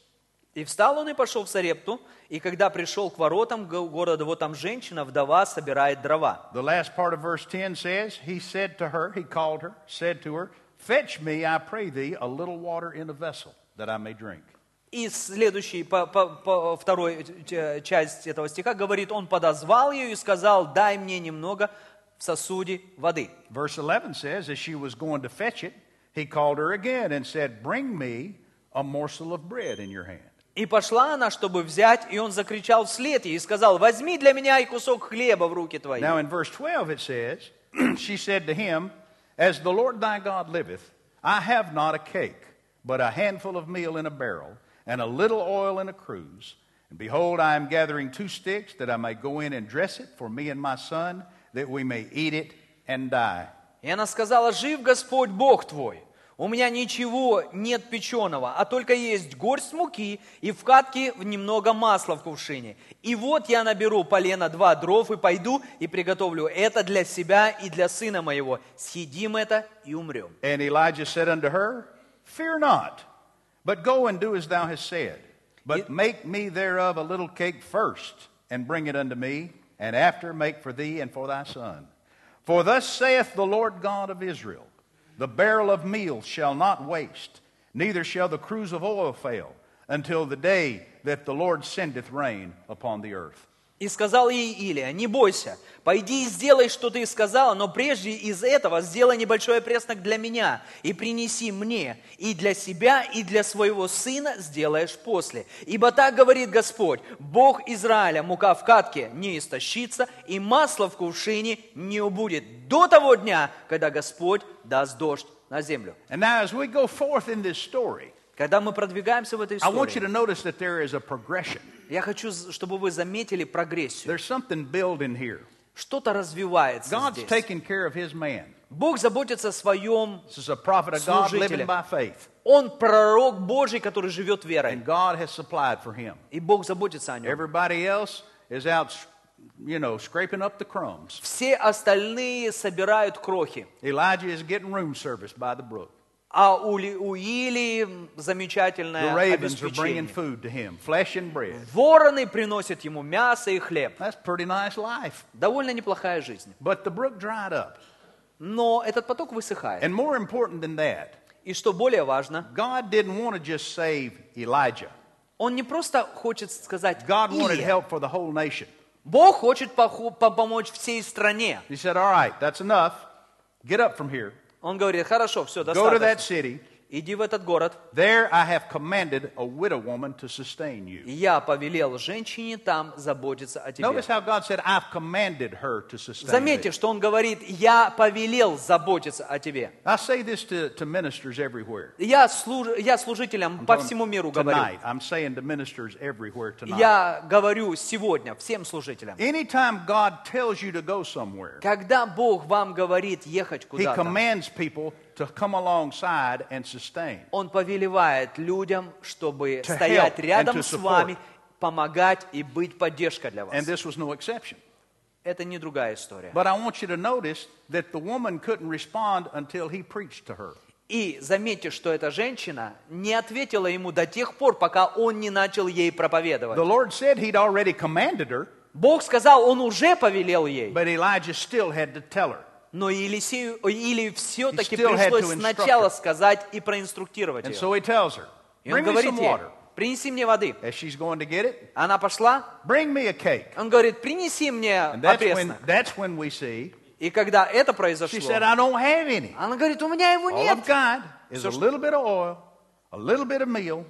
S2: И встал он и пошел в Сарепту, и когда пришел к воротам го- города, вот там женщина, вдова, собирает дрова.
S1: The last part of verse 10 says, He said to her, He called her, said to her, Fetch me, I pray thee, a little water in a vessel that I may drink.
S2: И следующий, по, по- по второй э, часть этого стиха говорит, он подозвал ее и сказал, дай мне немного в сосуде воды.
S1: Verse 11 says, As she was going to fetch it, he called her again and said, Bring me a morsel of bread in your hand.
S2: И пошла она, чтобы взять, и он закричал вслед ей и сказал, возьми для меня и кусок хлеба в руки твои.
S1: Now in verse 12 it says, <clears throat> She said to him, As the Lord thy God liveth, I have not a cake, but a handful of meal in a barrel, and a little oil in a cruse. And behold, I am gathering two sticks that I may go in and dress it for me and my son, that we may eat it and die.
S2: И она сказала, жив Господь Бог твой, у меня ничего нет печеного, а только есть горсть муки и в катке немного масла в кувшине. И вот я наберу полено два дров и пойду и приготовлю это для себя и для сына моего. Съедим это и умрем.
S1: And Elijah said unto her, Fear not, but go and do as thou hast said. But
S2: It-
S1: make me thereof a little cake first, and bring it unto me, and after make for thee and for thy son. For thus saith the Lord God of Israel The barrel of meal shall not waste, neither shall the cruse of oil fail, until the day that the Lord sendeth rain upon the earth.
S2: И сказал ей Илия, не бойся, пойди и сделай, что ты сказала, но прежде из этого сделай небольшой опреснок для меня и принеси мне, и для себя, и для своего сына сделаешь после. Ибо так говорит Господь, Бог Израиля, мука в катке не истощится, и масло в кувшине не убудет до того дня, когда Господь даст дождь на землю.
S1: And now, as we go forth in this story,
S2: Когда мы продвигаемся в этой
S1: I want you to
S2: истории,
S1: notice that there is a progression.
S2: я хочу, чтобы вы заметили прогрессию.
S1: There's something building here.
S2: Что-то развивается
S1: God's
S2: здесь.
S1: taking care of his man.
S2: Бог заботится о своем.
S1: This is a prophet of God
S2: Служителя.
S1: living by faith.
S2: Он пророк Божий, который живет верой.
S1: And God has supplied for him.
S2: И Бог заботится о нем.
S1: Everybody else is out, you know, scraping up the crumbs.
S2: Все остальные собирают крохи.
S1: Elijah is getting room service by the brook.
S2: А у, Ли- у Илии
S1: The
S2: замечательное
S1: ravens are bringing
S2: обеспечение.
S1: food to him, flesh and bread.
S2: Вороны приносят ему мясо и хлеб.
S1: That's pretty nice life.
S2: Довольно неплохая жизнь.
S1: But the brook dried up.
S2: Но этот поток высыхает.
S1: And more important than that,
S2: И что более важно,
S1: God didn't want to just save Elijah.
S2: он не просто хочет сказать
S1: God wanted
S2: «Илия».
S1: help for the whole nation.
S2: Бог хочет поху- по- помочь всей стране.
S1: He said, All right, that's enough. Get up from here.
S2: Он говорит, хорошо, все,
S1: Go to that
S2: достаточно.
S1: city.
S2: Иди в этот город,
S1: There I have commanded a widow woman to sustain
S2: И
S1: you.
S2: я повелел женщине там заботиться о тебе.
S1: Notice how God said, I've commanded her to sustain
S2: Заметьте,
S1: you.
S2: что он говорит, я повелел заботиться о тебе.
S1: I say this to, to ministers everywhere.
S2: Я, служ- я служителям по всему миру говорю.
S1: Tonight, I'm saying to ministers everywhere tonight.
S2: Я говорю сегодня всем служителям.
S1: Anytime God tells you to go somewhere,
S2: Когда Бог вам говорит ехать
S1: He
S2: куда-то,
S1: commands people to come alongside and sustain.
S2: Он повелевает людям, чтобы
S1: To
S2: стоять
S1: help and to
S2: рядом с
S1: support.
S2: вами, помогать и быть поддержкой для
S1: And
S2: вас.
S1: this was no exception.
S2: Это не другая история.
S1: But I want you to notice that the woman couldn't respond until he preached to her.
S2: И заметьте, что эта женщина не ответила ему до тех пор, пока он не начал ей
S1: The
S2: проповедовать.
S1: Lord said he'd already commanded her,
S2: Бог сказал, он уже повелел ей,
S1: but Elijah still had to tell her.
S2: но Елисею, или все-таки
S1: He still had to
S2: пришлось
S1: instruct
S2: сначала
S1: her.
S2: сказать и проинструктировать
S1: And
S2: ее.
S1: so he tells her,
S2: И он
S1: Bring me
S2: говорит
S1: some
S2: ей,
S1: water.
S2: принеси мне воды.
S1: As she's going to get it,
S2: Она пошла,
S1: bring me a cake.
S2: он говорит, принеси мне
S1: And that's when,
S2: опреснок.
S1: that's when we see.
S2: И когда это
S1: She
S2: произошло,
S1: said, I don't have any.
S2: она говорит, у меня его
S1: All
S2: нет.
S1: I've got is
S2: So
S1: a
S2: sh-
S1: little bit of oil, a little bit of meal.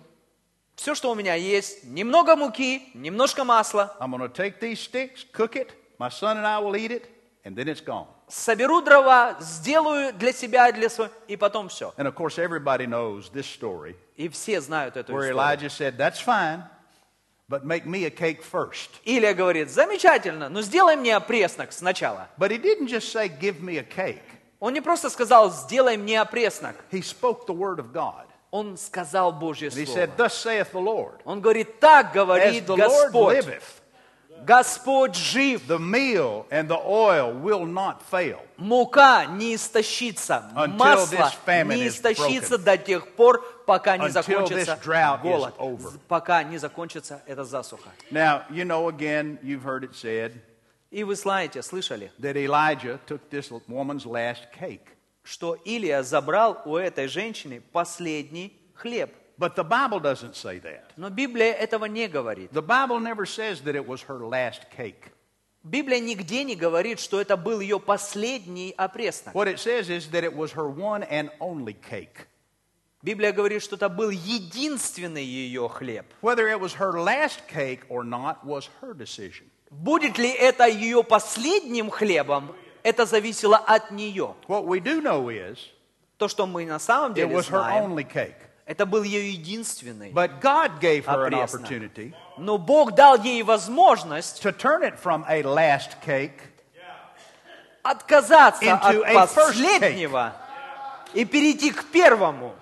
S2: Все, что у меня есть, немного муки, немножко масла.
S1: I'm going to take these sticks, cook it. My son and I will eat it, and then it's gone.
S2: Соберу дрова, сделаю для себя, и для своего, и потом все.
S1: And of course, everybody knows this story
S2: И все знают эту
S1: where
S2: историю.
S1: Elijah said, That's fine, but make me a cake first.
S2: Илия говорит, замечательно, но сделай мне опреснок сначала.
S1: But he didn't just say, Give me a cake.
S2: Он не просто сказал, сделай мне опреснок.
S1: He spoke the word of God.
S2: Он сказал Божье
S1: And he
S2: Слово.
S1: said, Thus saith the Lord.
S2: Он говорит, так
S1: As
S2: говорит
S1: the Lord
S2: Господь.
S1: liveth,
S2: Господь жив.
S1: the meal and the oil will not fail.
S2: Мука не истощится,
S1: Until
S2: масло
S1: this famine
S2: не
S1: is
S2: истощится
S1: broken.
S2: до тех пор, пока не
S1: Until
S2: закончится
S1: this drought is
S2: голод,
S1: over.
S2: пока не закончится эта засуха.
S1: Now, you know, again, you've heard it said
S2: И вы знаете, слышали,
S1: that Elijah took this woman's last cake.
S2: что Илия забрал у этой женщины последний хлеб.
S1: But the Bible doesn't say that.
S2: Но Библия этого не говорит.
S1: The Bible never says that it was her last cake.
S2: Библия нигде не говорит, что это был ее последний опреснок.
S1: What it says is that it was her one and only cake.
S2: Библия говорит, что это был единственный ее хлеб.
S1: Whether it was her last cake or not was her decision.
S2: Будет ли это ее последним хлебом, это зависело от нее.
S1: What we do know is
S2: То, что мы на самом
S1: it
S2: деле
S1: was her
S2: знаем,
S1: only cake.
S2: это был ее единственный.
S1: But God gave her an
S2: Опресно.
S1: opportunity
S2: Но Бог дал ей возможность
S1: to turn it from a last cake
S2: отказаться
S1: Into
S2: от
S1: a first
S2: последнего и перейти к первому.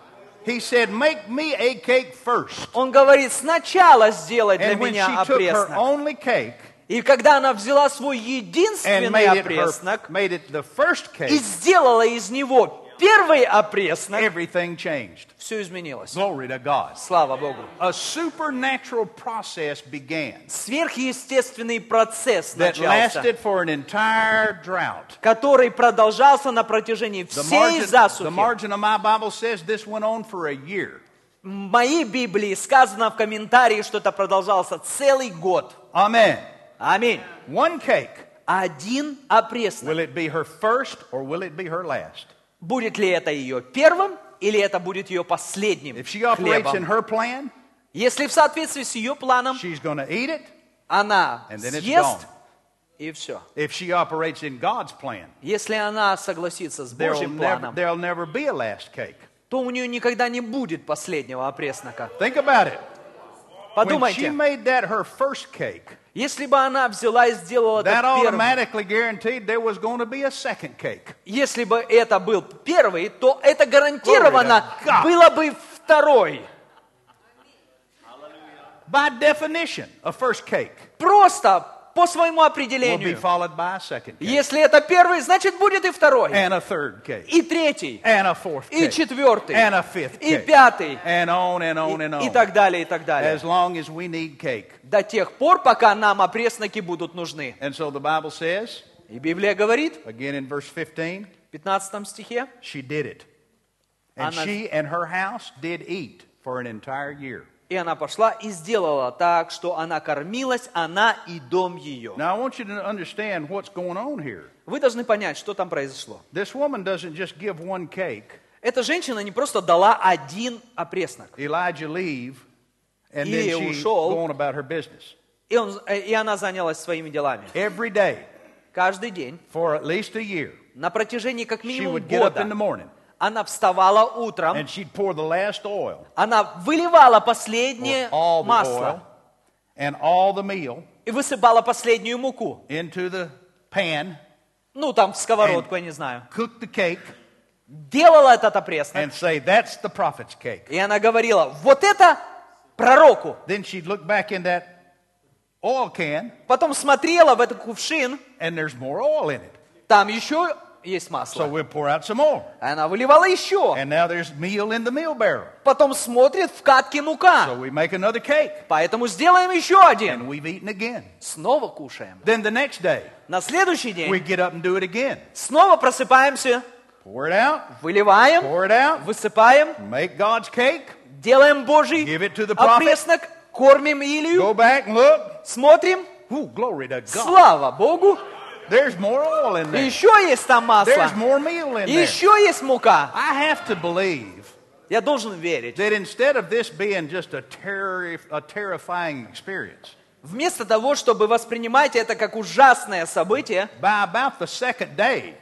S1: He said, Make me a cake first.
S2: Он говорит, сначала сделай для
S1: And when she
S2: меня
S1: took her
S2: опреснок.
S1: only cake
S2: И когда она взяла свой
S1: and
S2: единственный
S1: made it, her,
S2: опреснок
S1: made it the first
S2: и
S1: cake,
S2: сделала из него первый опреснок,
S1: everything changed.
S2: все изменилось.
S1: Glory to God.
S2: Слава Богу.
S1: A supernatural process began
S2: Сверхъестественный процесс
S1: that
S2: начался,
S1: lasted for an entire drought.
S2: который продолжался на протяжении
S1: The
S2: всей
S1: margin, the
S2: засухи.
S1: margin of my Bible says this went on for a year
S2: В моей Библии сказано в комментарии, что это продолжался целый год.
S1: Amen.
S2: Аминь.
S1: One cake.
S2: Один опреснок.
S1: Will it be her first or will it be her last?
S2: Будет ли это ее первым, или это будет ее последним
S1: If she operates in
S2: хлебом?
S1: her plan,
S2: Если в соответствии с ее планом
S1: she's going to eat it.
S2: она
S1: And then it's
S2: съест,
S1: gone.
S2: и все.
S1: If she operates in God's plan,
S2: Если она согласится с
S1: there'll
S2: Божьим
S1: never,
S2: планом,
S1: there'll never be a last cake.
S2: то у нее никогда не будет последнего опреснока.
S1: Think about it. When she
S2: Подумайте,
S1: made that her first cake,
S2: если бы она взяла и сделала это
S1: that
S2: первым,
S1: automatically guaranteed there was going to be a second cake.
S2: если бы это был первый, то это гарантированно
S1: Glory to God.
S2: было бы второй.
S1: By definition, a first cake
S2: Просто по своему
S1: will be
S2: определению.
S1: followed by a second cake,
S2: Если это первый, значит будет и второй,
S1: and a third cake,
S2: и третий,
S1: and a fourth
S2: и
S1: cake,
S2: четвертый,
S1: and a fifth
S2: и
S1: cake,
S2: пятый,
S1: and on and on and
S2: и, и
S1: on.
S2: так далее, и так далее.
S1: As long as we need cake.
S2: До тех пор, пока нам опресноки будут нужны.
S1: And so the Bible says,
S2: И Библия говорит
S1: again in verse 15,
S2: в 15 стихе,
S1: she did it. And
S2: Она-
S1: she and her house did eat for an entire year.
S2: и она пошла и сделала так, что она кормилась, она и дом ее.
S1: Now, I want you to understand what's going on here.
S2: Вы должны понять, что там произошло.
S1: This woman doesn't just give one cake.
S2: Эта женщина не просто дала один опреснок,
S1: Elijah leave, and
S2: Илия
S1: then she
S2: ушел.
S1: go on about her business.
S2: и, он- э, и она занялась своими делами.
S1: Every day
S2: Каждый день,
S1: for at least a year,
S2: на протяжении как
S1: she
S2: минимум
S1: would get up in the
S2: года,
S1: morning
S2: она вставала утром,
S1: and she'd pour the last oil,
S2: она выливала
S1: or
S2: последнее
S1: all the oil,
S2: масло
S1: and all the meal
S2: и высыпала последнюю муку.
S1: into the pan,
S2: Ну, там, в сковородку, я не знаю.
S1: cook the cake,
S2: Делала этот опреснок.
S1: and say, That's the prophet's cake.
S2: И она говорила, вот это пророку.
S1: Then she'd look back in that oil can,
S2: Потом смотрела в этот кувшин,
S1: and there's more oil in it.
S2: там еще есть
S1: So
S2: масло.
S1: we'll pour out some more.
S2: Она выливала еще.
S1: And now there's meal in the meal barrel.
S2: Потом смотрит в катке
S1: So
S2: нука.
S1: we make another cake.
S2: Поэтому сделаем еще один.
S1: And we've eaten again.
S2: Снова кушаем.
S1: Then the next day,
S2: На следующий
S1: we
S2: день
S1: get up and do it again.
S2: снова просыпаемся,
S1: Pour it out,
S2: выливаем,
S1: pour it out,
S2: высыпаем,
S1: make God's cake,
S2: делаем Божий
S1: Give it to the prophet.
S2: опреснок, кормим Илью,
S1: go back and look.
S2: смотрим.
S1: Ooh, glory to God.
S2: Слава Богу!
S1: There's more oil in there.
S2: Еще есть там масло.
S1: There's more meal in there.
S2: Еще есть мука.
S1: I have to believe
S2: Я должен верить.
S1: that instead of this being just a, terri- a terrifying experience,
S2: Вместо того, чтобы воспринимать это как ужасное событие,
S1: by about the second day,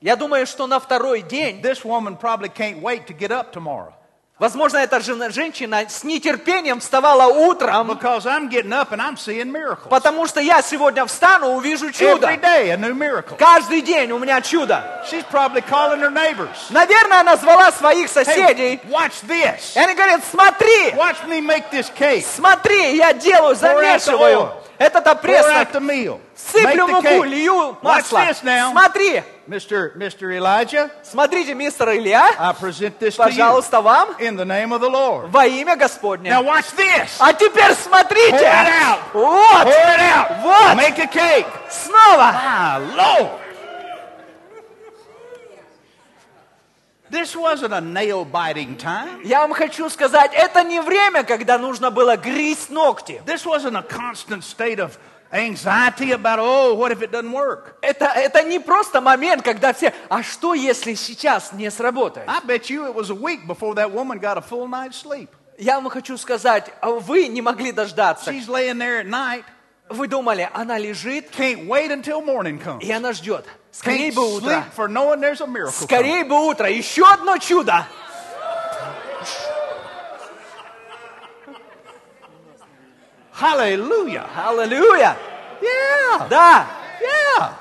S2: я думаю, что на второй день,
S1: this woman probably can't wait to get up tomorrow
S2: возможно, эта жена- женщина с нетерпением вставала утром,
S1: because I'm getting up and I'm seeing miracles.
S2: потому что я сегодня встану, увижу
S1: Every
S2: чудо.
S1: day, a new miracle.
S2: Каждый день у меня чудо.
S1: She's probably calling her neighbors.
S2: Наверное, она звала своих
S1: Hey,
S2: соседей.
S1: watch this.
S2: И они говорят, смотри,
S1: Watch me make this cake.
S2: смотри, я делаю, замешиваю
S1: oil.
S2: этот
S1: Pour out
S2: опреснок,
S1: the meal. Make
S2: сыплю
S1: the
S2: муку,
S1: cake.
S2: лью
S1: Watch
S2: масло.
S1: this now.
S2: Смотри,
S1: Mr. Mr. Elijah,
S2: смотрите, мистер Илья,
S1: I present this to you
S2: пожалуйста, вам
S1: in the name of the Lord.
S2: во имя
S1: Now
S2: Господне.
S1: watch this.
S2: А теперь
S1: Pour it
S2: смотрите!
S1: out. Pour
S2: Вот!
S1: it out.
S2: What?
S1: Make a cake.
S2: Снова!
S1: My Lord. This wasn't a nail biting time.
S2: Я вам хочу сказать, это не время, когда нужно было грызть ногти.
S1: This wasn't a constant state of anxiety about, oh, what if it doesn't work?
S2: Это, это не просто момент, когда все, а что если сейчас не сработает?
S1: I bet you it was a week before that woman got a full night's sleep.
S2: Я вам хочу сказать, а вы не могли дождаться.
S1: She's laying there at night,
S2: Вы думали, она лежит,
S1: can't wait until morning comes.
S2: и она ждет. Скорее
S1: Can't
S2: бы утро.
S1: sleep for knowing there's a miracle. coming.
S2: Скорее бы утро. Еще одно чудо.
S1: Hallelujah.
S2: Аллилуйя.
S1: Yeah.
S2: Да.
S1: Yeah.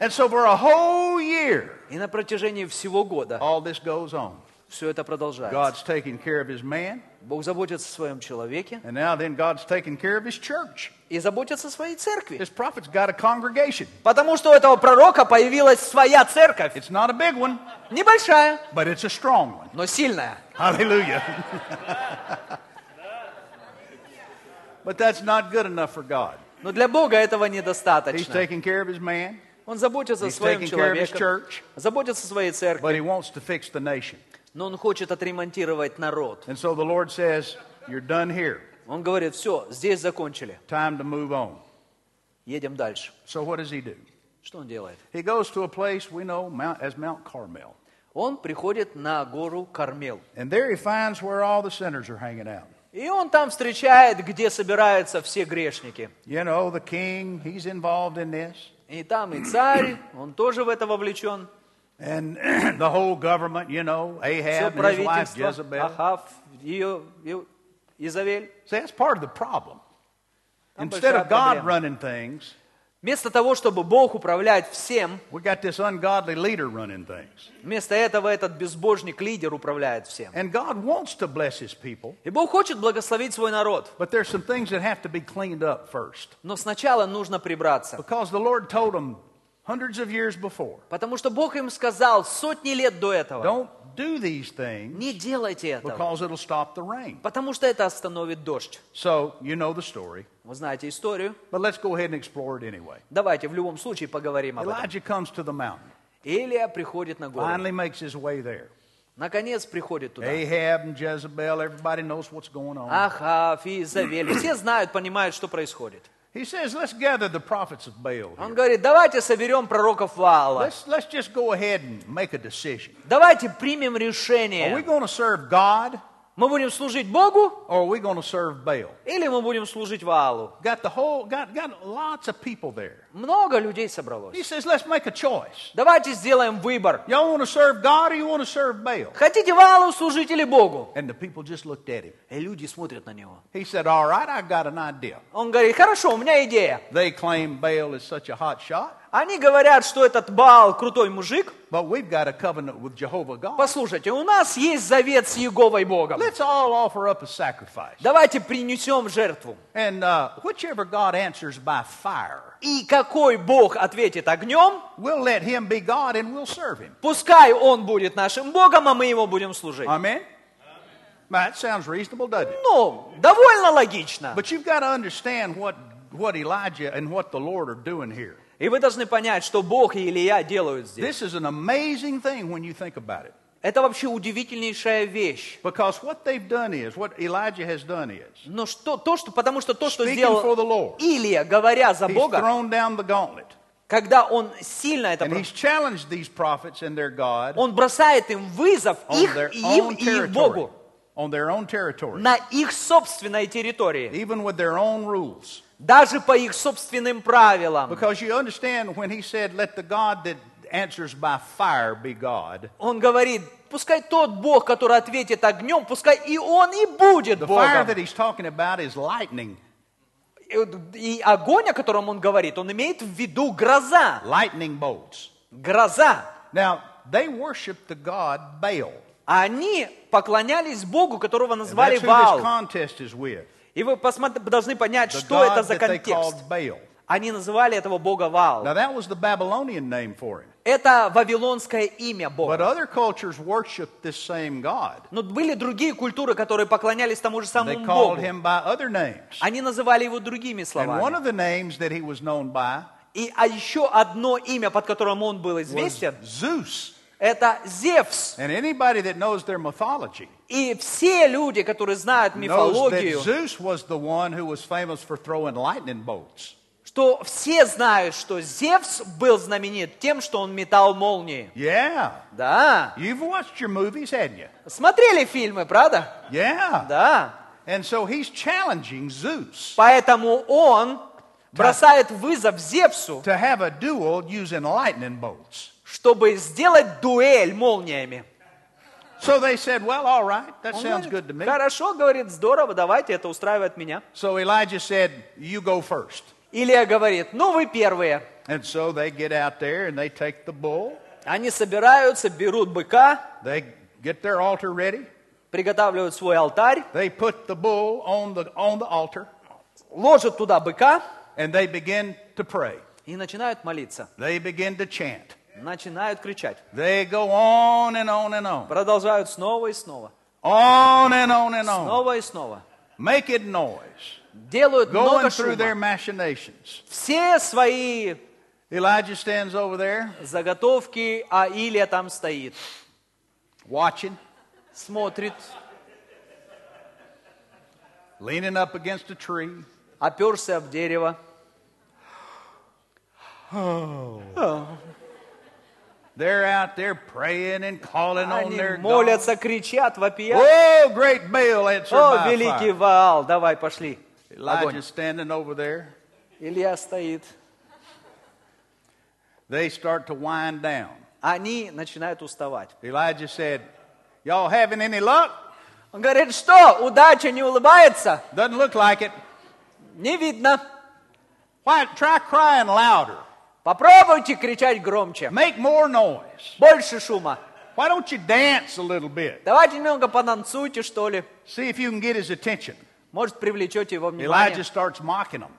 S1: And so for a whole year,
S2: И на протяжении всего года
S1: all this goes on.
S2: все это продолжается.
S1: God's taking care of his man,
S2: Бог заботится о своем человеке
S1: and now then God's taking care of his church.
S2: и заботится о своей церкви.
S1: His prophet's got a congregation.
S2: Потому что у этого пророка появилась своя церковь.
S1: It's not a big one,
S2: Небольшая,
S1: but it's a strong one.
S2: но сильная.
S1: Hallelujah. but that's not good enough for God.
S2: Но для Бога этого
S1: He's
S2: недостаточно.
S1: taking care of his man,
S2: Он заботится о
S1: he's
S2: своем
S1: taking care of his
S2: человеке,
S1: church,
S2: заботится о своей
S1: but
S2: церкви,
S1: he wants to fix the nation.
S2: но он хочет отремонтировать народ.
S1: And so the Lord says, You're done here.
S2: Он говорит, все, здесь закончили,
S1: Time to move on.
S2: едем дальше.
S1: So what does he do?
S2: Что он делает?
S1: He goes to a place we know Mount, as Mount Carmel.
S2: Он приходит на гору Кармел.
S1: And there he finds where all the sinners are hanging out.
S2: И он там встречает, где собираются все грешники.
S1: You know, the king, he's involved in this.
S2: И там и царь, он тоже в это вовлечен.
S1: And <clears throat> the whole government, you know,
S2: Все
S1: Ahab and his wife
S2: правительство,
S1: Jezebel.
S2: Ахав, ее, ее- Изавель.
S1: See, that's part of the problem.
S2: Там
S1: Instead
S2: большая
S1: of God
S2: проблема.
S1: running things,
S2: Вместо того, чтобы Бог управлять всем,
S1: we got this ungodly leader running things.
S2: вместо этого этот безбожник-лидер управляет всем.
S1: And God wants to bless his people,
S2: И Бог хочет благословить свой народ,
S1: but there's some things that have to be cleaned up first.
S2: но сначала нужно прибраться.
S1: Because the Lord told them hundreds of years before,
S2: Потому что Бог им сказал сотни лет до этого,
S1: don't do these things
S2: не делайте этого,
S1: because it'll stop the rain.
S2: потому что это остановит дождь.
S1: So, you know the story,
S2: Вы знаете историю.
S1: but let's go ahead and explore it anyway.
S2: Давайте в любом случае поговорим об этом.
S1: Elijah comes to the mountain,
S2: Илия приходит на гору.
S1: finally makes his way there.
S2: Наконец приходит туда.
S1: Ahab and Jezebel, everybody knows what's going on.
S2: Ah. Ахав, Изавель. Все знают, понимают, что происходит.
S1: He says, Let's gather the prophets of Baal. here.
S2: Он говорит, давайте соберем пророков Ваала.
S1: Let's, let's just go ahead and make a decision.
S2: Давайте примем
S1: Are we
S2: решение.
S1: going to serve God
S2: Мы будем служить Богу
S1: or are we going to serve Baal?
S2: или мы будем служить Ваалу?
S1: Got the whole got got lots of people there.
S2: Много людей собралось.
S1: He says, let's make a choice.
S2: Давайте сделаем выбор.
S1: Y'all want to serve God or you want to serve Baal?
S2: Хотите Ваалу служить или Богу?
S1: And the people just looked at him.
S2: И люди смотрят на него.
S1: He said, All right, I got an idea.
S2: Он говорит, хорошо, у меня идея.
S1: They claim Baal is such a hot shot.
S2: Они говорят, что этот Баал крутой мужик.
S1: But we've got a covenant with Jehovah God.
S2: Послушайте, у нас есть завет с Еговой Богом.
S1: Let's all offer up a sacrifice.
S2: Давайте принесем жертву.
S1: And uh, whichever God answers by fire,
S2: И какой Бог ответит огнем,
S1: we'll let him be God and we'll serve him.
S2: пускай Он будет нашим Богом, а мы Его будем служить.
S1: Amen? That sounds reasonable, doesn't it?
S2: Ну, довольно логично.
S1: But you've got to understand what, what Elijah and what the Lord are doing here.
S2: И вы должны понять, что Бог и Илья делают здесь.
S1: This is an amazing thing when you think about it.
S2: Это вообще удивительнейшая вещь.
S1: Because what they've done is, what Elijah has done is,
S2: Но что, то, что, потому что то, что
S1: Speaking for the
S2: сделал
S1: Lord.
S2: Илия, говоря за
S1: he's
S2: Бога,
S1: thrown down the gauntlet.
S2: когда он сильно это...
S1: And
S2: про-
S1: he's challenged these prophets and their God
S2: Он бросает им вызов,
S1: on
S2: их,
S1: their
S2: и им
S1: own
S2: и их
S1: territory.
S2: Богу,
S1: On their own territory.
S2: на их собственной территории,
S1: Even with their own rules.
S2: даже по их собственным правилам.
S1: Because you understand when he said, Let the God that answers by fire be God,
S2: Он говорит, пускай тот Бог, который ответит огнем, пускай и он и будет
S1: the fire
S2: Богом.
S1: that he's talking about is lightning.
S2: И огонь, о котором он говорит, он имеет в виду гроза.
S1: Lightning bolts.
S2: Гроза.
S1: Now, they worshiped the god Baal.
S2: Они поклонялись Богу, которого
S1: And that's
S2: назвали
S1: who this
S2: Ваал.
S1: contest is with.
S2: И вы посмотри- должны понять,
S1: The
S2: что это
S1: god
S2: за
S1: that they
S2: контекст.
S1: called Baal.
S2: Они называли этого бога Ваал.
S1: Now, that was the Babylonian name for him.
S2: Это вавилонское имя
S1: But uh,
S2: бога.
S1: other cultures worshiped this same god.
S2: Но были другие культуры, которые поклонялись тому же
S1: They
S2: самому
S1: called
S2: богу.
S1: him by other names.
S2: Они называли его другими
S1: And one
S2: словами.
S1: of the names that he was known by
S2: И, а еще одно имя, под которым он был
S1: was
S2: известен,
S1: Zeus.
S2: это Зевс.
S1: And anybody that knows their mythology
S2: И все люди, которые знают
S1: knows that
S2: мифологию,
S1: Zeus was the one who was famous for throwing lightning bolts.
S2: что все знают, что Зевс был знаменит тем, что он метал молнии.
S1: Yeah.
S2: Да.
S1: You've watched your movies, hadn't you?
S2: Смотрели фильмы, правда?
S1: Yeah.
S2: Да.
S1: And so he's challenging Zeus
S2: Поэтому он бросает вызов Зевсу,
S1: to have a duel using lightning bolts.
S2: чтобы сделать дуэль молниями.
S1: So they said, Well, all right, that
S2: Он
S1: sounds
S2: говорит,
S1: good to me.
S2: Хорошо, говорит, здорово, давайте, это устраивает меня.
S1: So Elijah said, You go first.
S2: Илия говорит, ну вы первые.
S1: And so they get out there and they take the bull,
S2: Они собираются, берут быка,
S1: they get their altar ready,
S2: приготавливают свой алтарь,
S1: they put the bull on the, on the altar,
S2: ложат туда быка
S1: and they begin to pray.
S2: и начинают молиться,
S1: They begin to chant.
S2: начинают кричать.
S1: They go on and on and on,
S2: Продолжают снова и снова,
S1: on and on and on,
S2: снова и снова.
S1: making noise,
S2: Делают много
S1: going through their
S2: шума.
S1: machinations.
S2: Все свои
S1: Elijah stands over there
S2: заготовки, а Илия там стоит,
S1: watching,
S2: смотрит,
S1: leaning up against a tree.
S2: оперся об дерево.
S1: They're out there praying and calling on
S2: Они
S1: their God.
S2: молятся, кричат, вопия.
S1: Oh, great Baal answer
S2: О,
S1: by
S2: великий
S1: fire.
S2: Ваал, давай, пошли. Огонь.
S1: Elijah's standing over there.
S2: Илья стоит.
S1: They start to wind down.
S2: Они начинают уставать.
S1: Elijah said, Y'all having any luck?
S2: Он говорит, что, удача не улыбается?
S1: Doesn't look like it.
S2: Не видно.
S1: Why try crying louder?
S2: Попробуйте кричать громче.
S1: Make more noise.
S2: Больше шума.
S1: Why don't you dance a little bit?
S2: Давайте немного потанцуйте, что ли.
S1: See if you can get his attention.
S2: Может, привлечете его внимание.
S1: Elijah starts mocking them.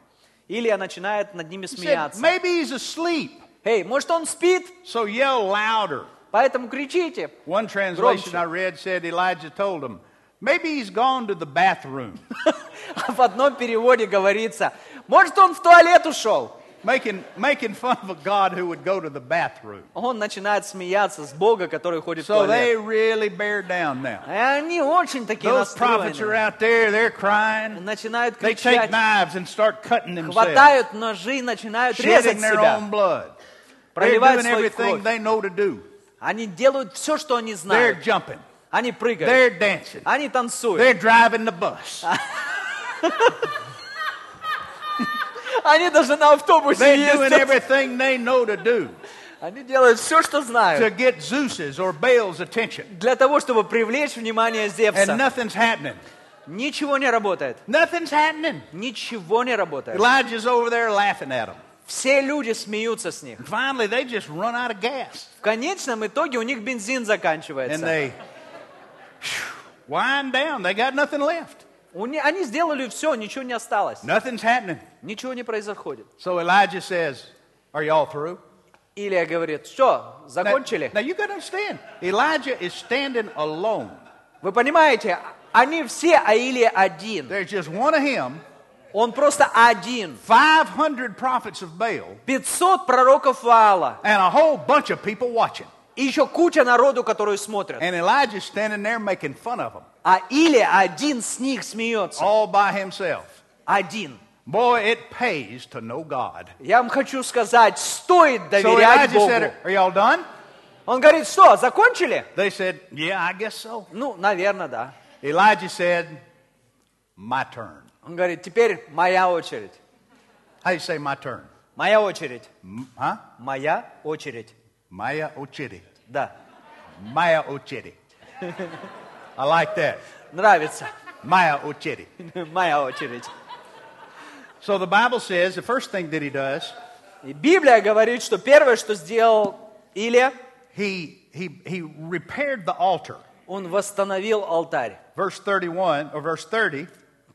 S2: Илия начинает над ними
S1: He said,
S2: смеяться.
S1: Maybe he's asleep.
S2: Эй, может, он спит?
S1: So yell louder.
S2: Поэтому кричите.
S1: One translation
S2: Громче.
S1: I read said Elijah told him, Maybe he's gone to the bathroom, <laughs>
S2: А в одном переводе говорится, может, он в туалет ушел?
S1: making, making fun of a God who would go to the bathroom.
S2: Он начинает смеяться с Бога, который ходит в
S1: So
S2: туалет.
S1: they really bear down now.
S2: И они очень такие
S1: Those prophets are
S2: настроены.
S1: out there, they're crying.
S2: Начинают
S1: They take
S2: кричать,
S1: knives and start cutting themselves,
S2: хватают ножи и начинают резать
S1: shedding their
S2: себя.
S1: own blood. They're
S2: Проливают
S1: doing
S2: свою
S1: everything
S2: кровь.
S1: they know to do.
S2: Они делают все, что они
S1: They're
S2: знают.
S1: jumping,
S2: Они прыгают,
S1: they're dancing,
S2: они танцуют,
S1: they're driving the bus,
S2: они даже на автобусе
S1: they're doing
S2: ездят.
S1: everything they know to do
S2: Они делают все, что
S1: to
S2: знают,
S1: get Zeus's or Baal's attention.
S2: для того, чтобы привлечь внимание
S1: And
S2: Зевса.
S1: nothing's happening.
S2: Ничего не работает.
S1: Nothing's happening.
S2: Ничего не работает.
S1: Elijah's over there laughing at them.
S2: Все люди смеются с них.
S1: And finally, they just run out of gas.
S2: В конечном итоге у них бензин
S1: And
S2: заканчивается.
S1: they wind down. They got nothing left.
S2: У не- Они сделали все, ничего не осталось.
S1: Nothing's happening.
S2: Ничего не происходит.
S1: So Elijah says, Are y'all through?
S2: Илия говорит, все,
S1: Now,
S2: закончили.
S1: now you got to understand, Elijah is standing alone.
S2: Вы понимаете, они все, а Илия один.
S1: There's just one of him.
S2: Он просто один.
S1: 500 prophets of Baal
S2: 500 пророков Ваала.
S1: and a whole bunch of people watching.
S2: И еще куча народу, которые смотрят.
S1: And Elijah's standing there making fun of them
S2: А Илия один с них смеется.
S1: all by himself.
S2: Один.
S1: Boy, it pays to know God.
S2: Я вам хочу сказать, стоит
S1: So
S2: доверять
S1: Elijah
S2: Богу.
S1: said, Are y'all done?
S2: Он говорит, что, закончили?
S1: They said, Yeah, I guess so.
S2: Ну, наверное, да.
S1: Elijah said, My turn.
S2: Он говорит, теперь моя очередь.
S1: How do you say my turn?
S2: Моя очередь.
S1: M- huh?
S2: Моя очередь.
S1: Maya Ochidi.
S2: Да,
S1: Maya Ochidi. I like that.
S2: нравится. <laughs>
S1: Maya Ochidi.
S2: Моя очередь.
S1: So the Bible says the first thing that he does,
S2: И Библия говорит, что первое, что сделал Илия,
S1: he, he, he repaired the altar.
S2: он восстановил алтарь.
S1: Verse 31 or verse 30,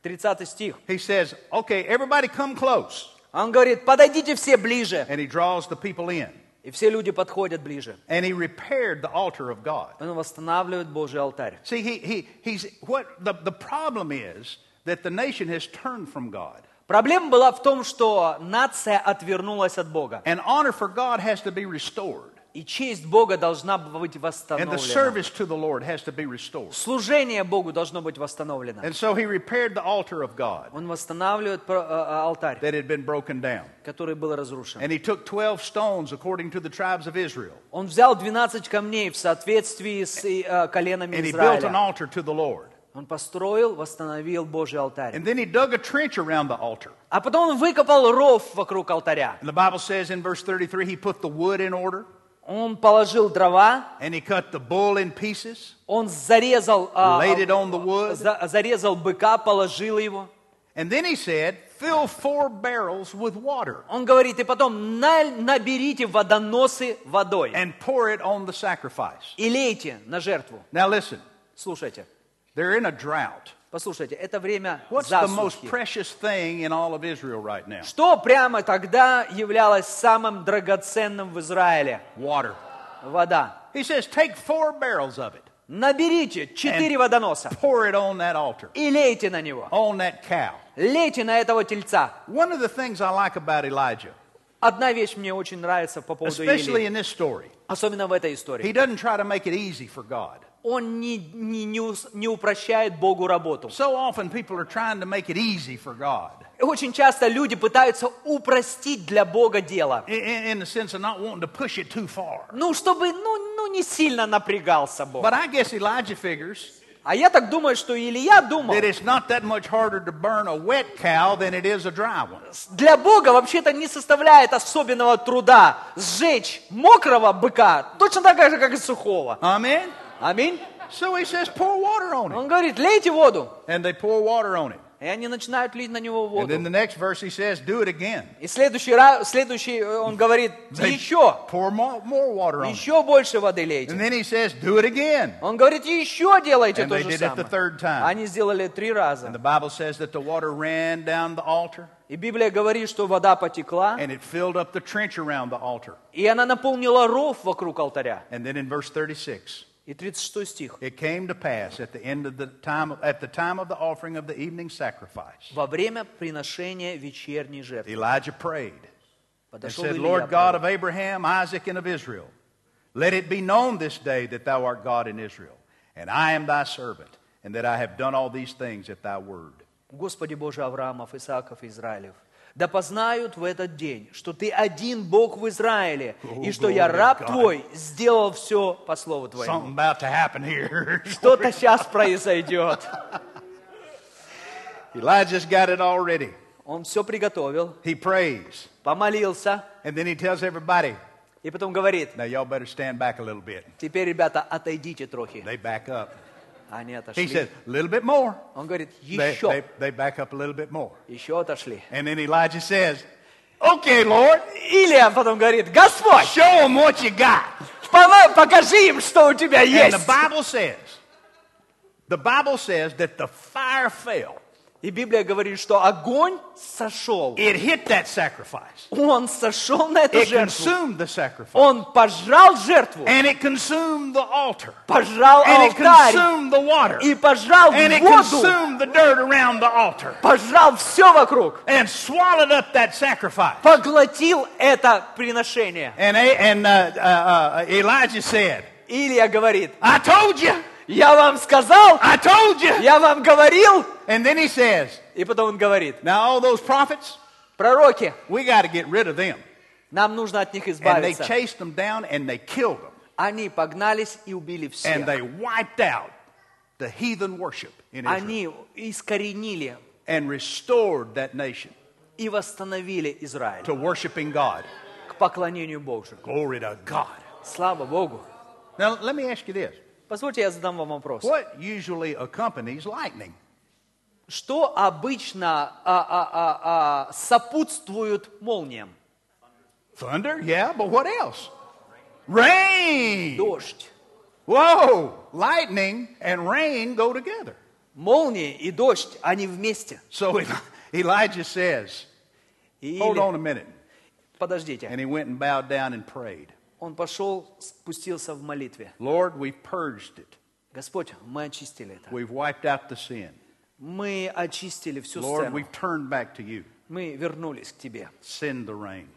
S2: 30 стих.
S1: he says, Okay, everybody come close.
S2: Он говорит, подойдите все ближе.
S1: And he draws the people in.
S2: И все люди подходят ближе.
S1: And he repaired the altar of God.
S2: Он восстанавливает Божий алтарь.
S1: See, he, he, he's, what the, the problem is that the nation has turned from God.
S2: Проблема была в том, что нация отвернулась от Бога.
S1: And honor for God has to be restored.
S2: И честь Бога должна быть
S1: And the
S2: восстановлена.
S1: service to the Lord has to be restored.
S2: Служение Богу должно быть восстановлено.
S1: And so he repaired the altar of God
S2: Он восстанавливает про- а- а- алтарь,
S1: that had been broken down.
S2: который был разрушен.
S1: And he took 12 stones according to the tribes of Israel.
S2: Он взял 12 камней в соответствии с и, э, коленами
S1: And he built an
S2: Израиля.
S1: altar to the Lord.
S2: Он построил, восстановил Божий алтарь.
S1: And then he dug a trench around the altar.
S2: А потом он выкопал ров вокруг алтаря.
S1: And the Bible says in verse 33 he put the wood in order
S2: Он положил дрова,
S1: and he cut the bull in pieces,
S2: он зарезал, а,
S1: laid it on the wood.
S2: за- зарезал быка, положил его.
S1: And then he said, Fill four barrels with water
S2: Он говорит, и потом «На- наберите водоносы водой
S1: and pour it on the sacrifice.
S2: и лейте на жертву.
S1: Now listen,
S2: Слушайте,
S1: they're in a drought.
S2: послушайте, это время
S1: What's the most
S2: засухи.
S1: precious thing in all of Israel right now?
S2: Что прямо тогда являлось самым драгоценным в Израиле?
S1: Water.
S2: Вода.
S1: He says, Take four barrels of it,
S2: Наберите четыре
S1: And-
S2: водоноса
S1: pour it on that altar,
S2: и лейте на него.
S1: on that cow.
S2: Лейте на этого тельца.
S1: One of the things I like about Elijah,
S2: Одна вещь мне очень нравится по поводу
S1: especially
S2: Илии,
S1: in this story,
S2: особенно в этой истории.
S1: he doesn't try to make it easy for God.
S2: Он не, не, не ус- не упрощает Богу работу.
S1: So often people are trying to make it easy for God
S2: Очень часто люди пытаются упростить для Бога дело.
S1: i- i- in, the sense of not wanting to push it too far.
S2: Ну, чтобы, ну, ну не sильно напрягался Бог.
S1: But I guess Elijah figures
S2: А я так думаю, что Илья думал,
S1: that it's not that much harder to burn a wet cow than it is a dry one.
S2: для Бога вообще-то не составляет особенного труда сжечь мокрого быка, точно так же, как и сухого.
S1: Amen?
S2: Аминь.
S1: So he says, pour water on it.
S2: Он говорит, лейте воду.
S1: And they pour water on it.
S2: И они начинают лить на него
S1: And then
S2: воду.
S1: the next verse he says, do it again.
S2: И следующий раз, следующий, э, он говорит,
S1: They
S2: еще,
S1: Pour more, more water on it.
S2: еще больше воды лейте.
S1: And then he says, do it again.
S2: Он говорит, еще делайте
S1: And
S2: то
S1: they
S2: же
S1: did it the
S2: самое.
S1: third time.
S2: Они сделали три
S1: And
S2: раза.
S1: the Bible says that the water ran down the altar
S2: И Библия говорит, что вода потекла,
S1: and it filled up the trench around the altar.
S2: и она наполнила ров вокруг алтаря.
S1: And then in verse 36,
S2: И 36 стих.
S1: it came to pass at the end of the time at the time of the offering of the evening sacrifice.
S2: Во время приношения вечерней жертвы.
S1: Elijah prayed and
S2: Подошел
S1: said,
S2: Илия,
S1: Lord God of Abraham, Isaac, and of Israel, let it be known this day that thou art God in Israel, and I am thy servant, and that I have done all these things at thy word.
S2: Господи Боже Авраамов, Исааков и Израилев, да познают в этот день, что Ты один Бог в Израиле, и что я
S1: glory to
S2: раб
S1: God.
S2: Твой, сделал все по слову Твоему.
S1: Something about to happen <laughs> here.
S2: Что-то сейчас произойдет.
S1: Elijah's got it already.
S2: Он все приготовил,
S1: He prays,
S2: помолился,
S1: and then he tells everybody,
S2: и потом говорит,
S1: Now y'all better stand back a little bit.
S2: теперь, ребята, отойдите трохи.
S1: They back up.
S2: Они
S1: He
S2: отошли.
S1: says, a little bit more.
S2: Он говорит,
S1: They, they,
S2: еще,
S1: they back up a little bit more.
S2: еще отошли.
S1: And then Elijah says, Okay, Lord,
S2: Илия потом говорит, Господь,
S1: show them what you got.
S2: пова- покажи им, что у тебя
S1: And
S2: есть.
S1: the Bible says, the Bible says that the fire fell.
S2: И Библия говорит, что огонь сошел.
S1: It hit that sacrifice.
S2: Он сошел на эту
S1: It
S2: жертву.
S1: consumed the sacrifice.
S2: Он пожрал жертву,
S1: And it consumed the altar.
S2: пожрал
S1: And it
S2: алтарь
S1: consumed the water.
S2: и пожрал
S1: And it
S2: воду,
S1: consumed the dirt around the altar.
S2: пожрал все вокруг,
S1: And swallowed up that sacrifice.
S2: поглотил это приношение.
S1: And, A- and uh, uh, uh, Elijah said,
S2: Илия говорит,
S1: I told you.
S2: я вам сказал,
S1: I told you.
S2: я вам говорил.
S1: And then he says,
S2: И потом он говорит,
S1: Now, all those prophets,
S2: пророки,
S1: we got to get rid of them.
S2: нам нужно от них
S1: And they
S2: избавиться.
S1: chased them down and they killed them.
S2: Они погнались и убили
S1: And
S2: всех.
S1: they wiped out the heathen worship in Israel
S2: Они искоренили
S1: and restored that nation
S2: и восстановили Израиль
S1: to worshiping God.
S2: к поклонению Божию.
S1: Glory to God.
S2: Слава Богу.
S1: Now, let me ask you this
S2: Позвольте, я задам вам вопрос.
S1: what usually accompanies lightning?
S2: Что обычно а, а, а, а, сопутствует молниям?
S1: Thunder, yeah, but what else? Rain!
S2: Дождь.
S1: Whoa! Lightning and rain go together.
S2: Молнии и дождь, они вместе.
S1: So <laughs> Eli- Elijah says,
S2: И
S1: Hold
S2: Или-
S1: on a minute.
S2: Подождите.
S1: And he went and bowed down and prayed.
S2: Он пошел, спустился в молитве.
S1: Lord, we've purged it.
S2: Господь, мы очистили это.
S1: We've wiped out the sin.
S2: Мы очистили всю
S1: Lord,
S2: сцену.
S1: we've turned back to you.
S2: Мы вернулись к тебе.
S1: Send the rain.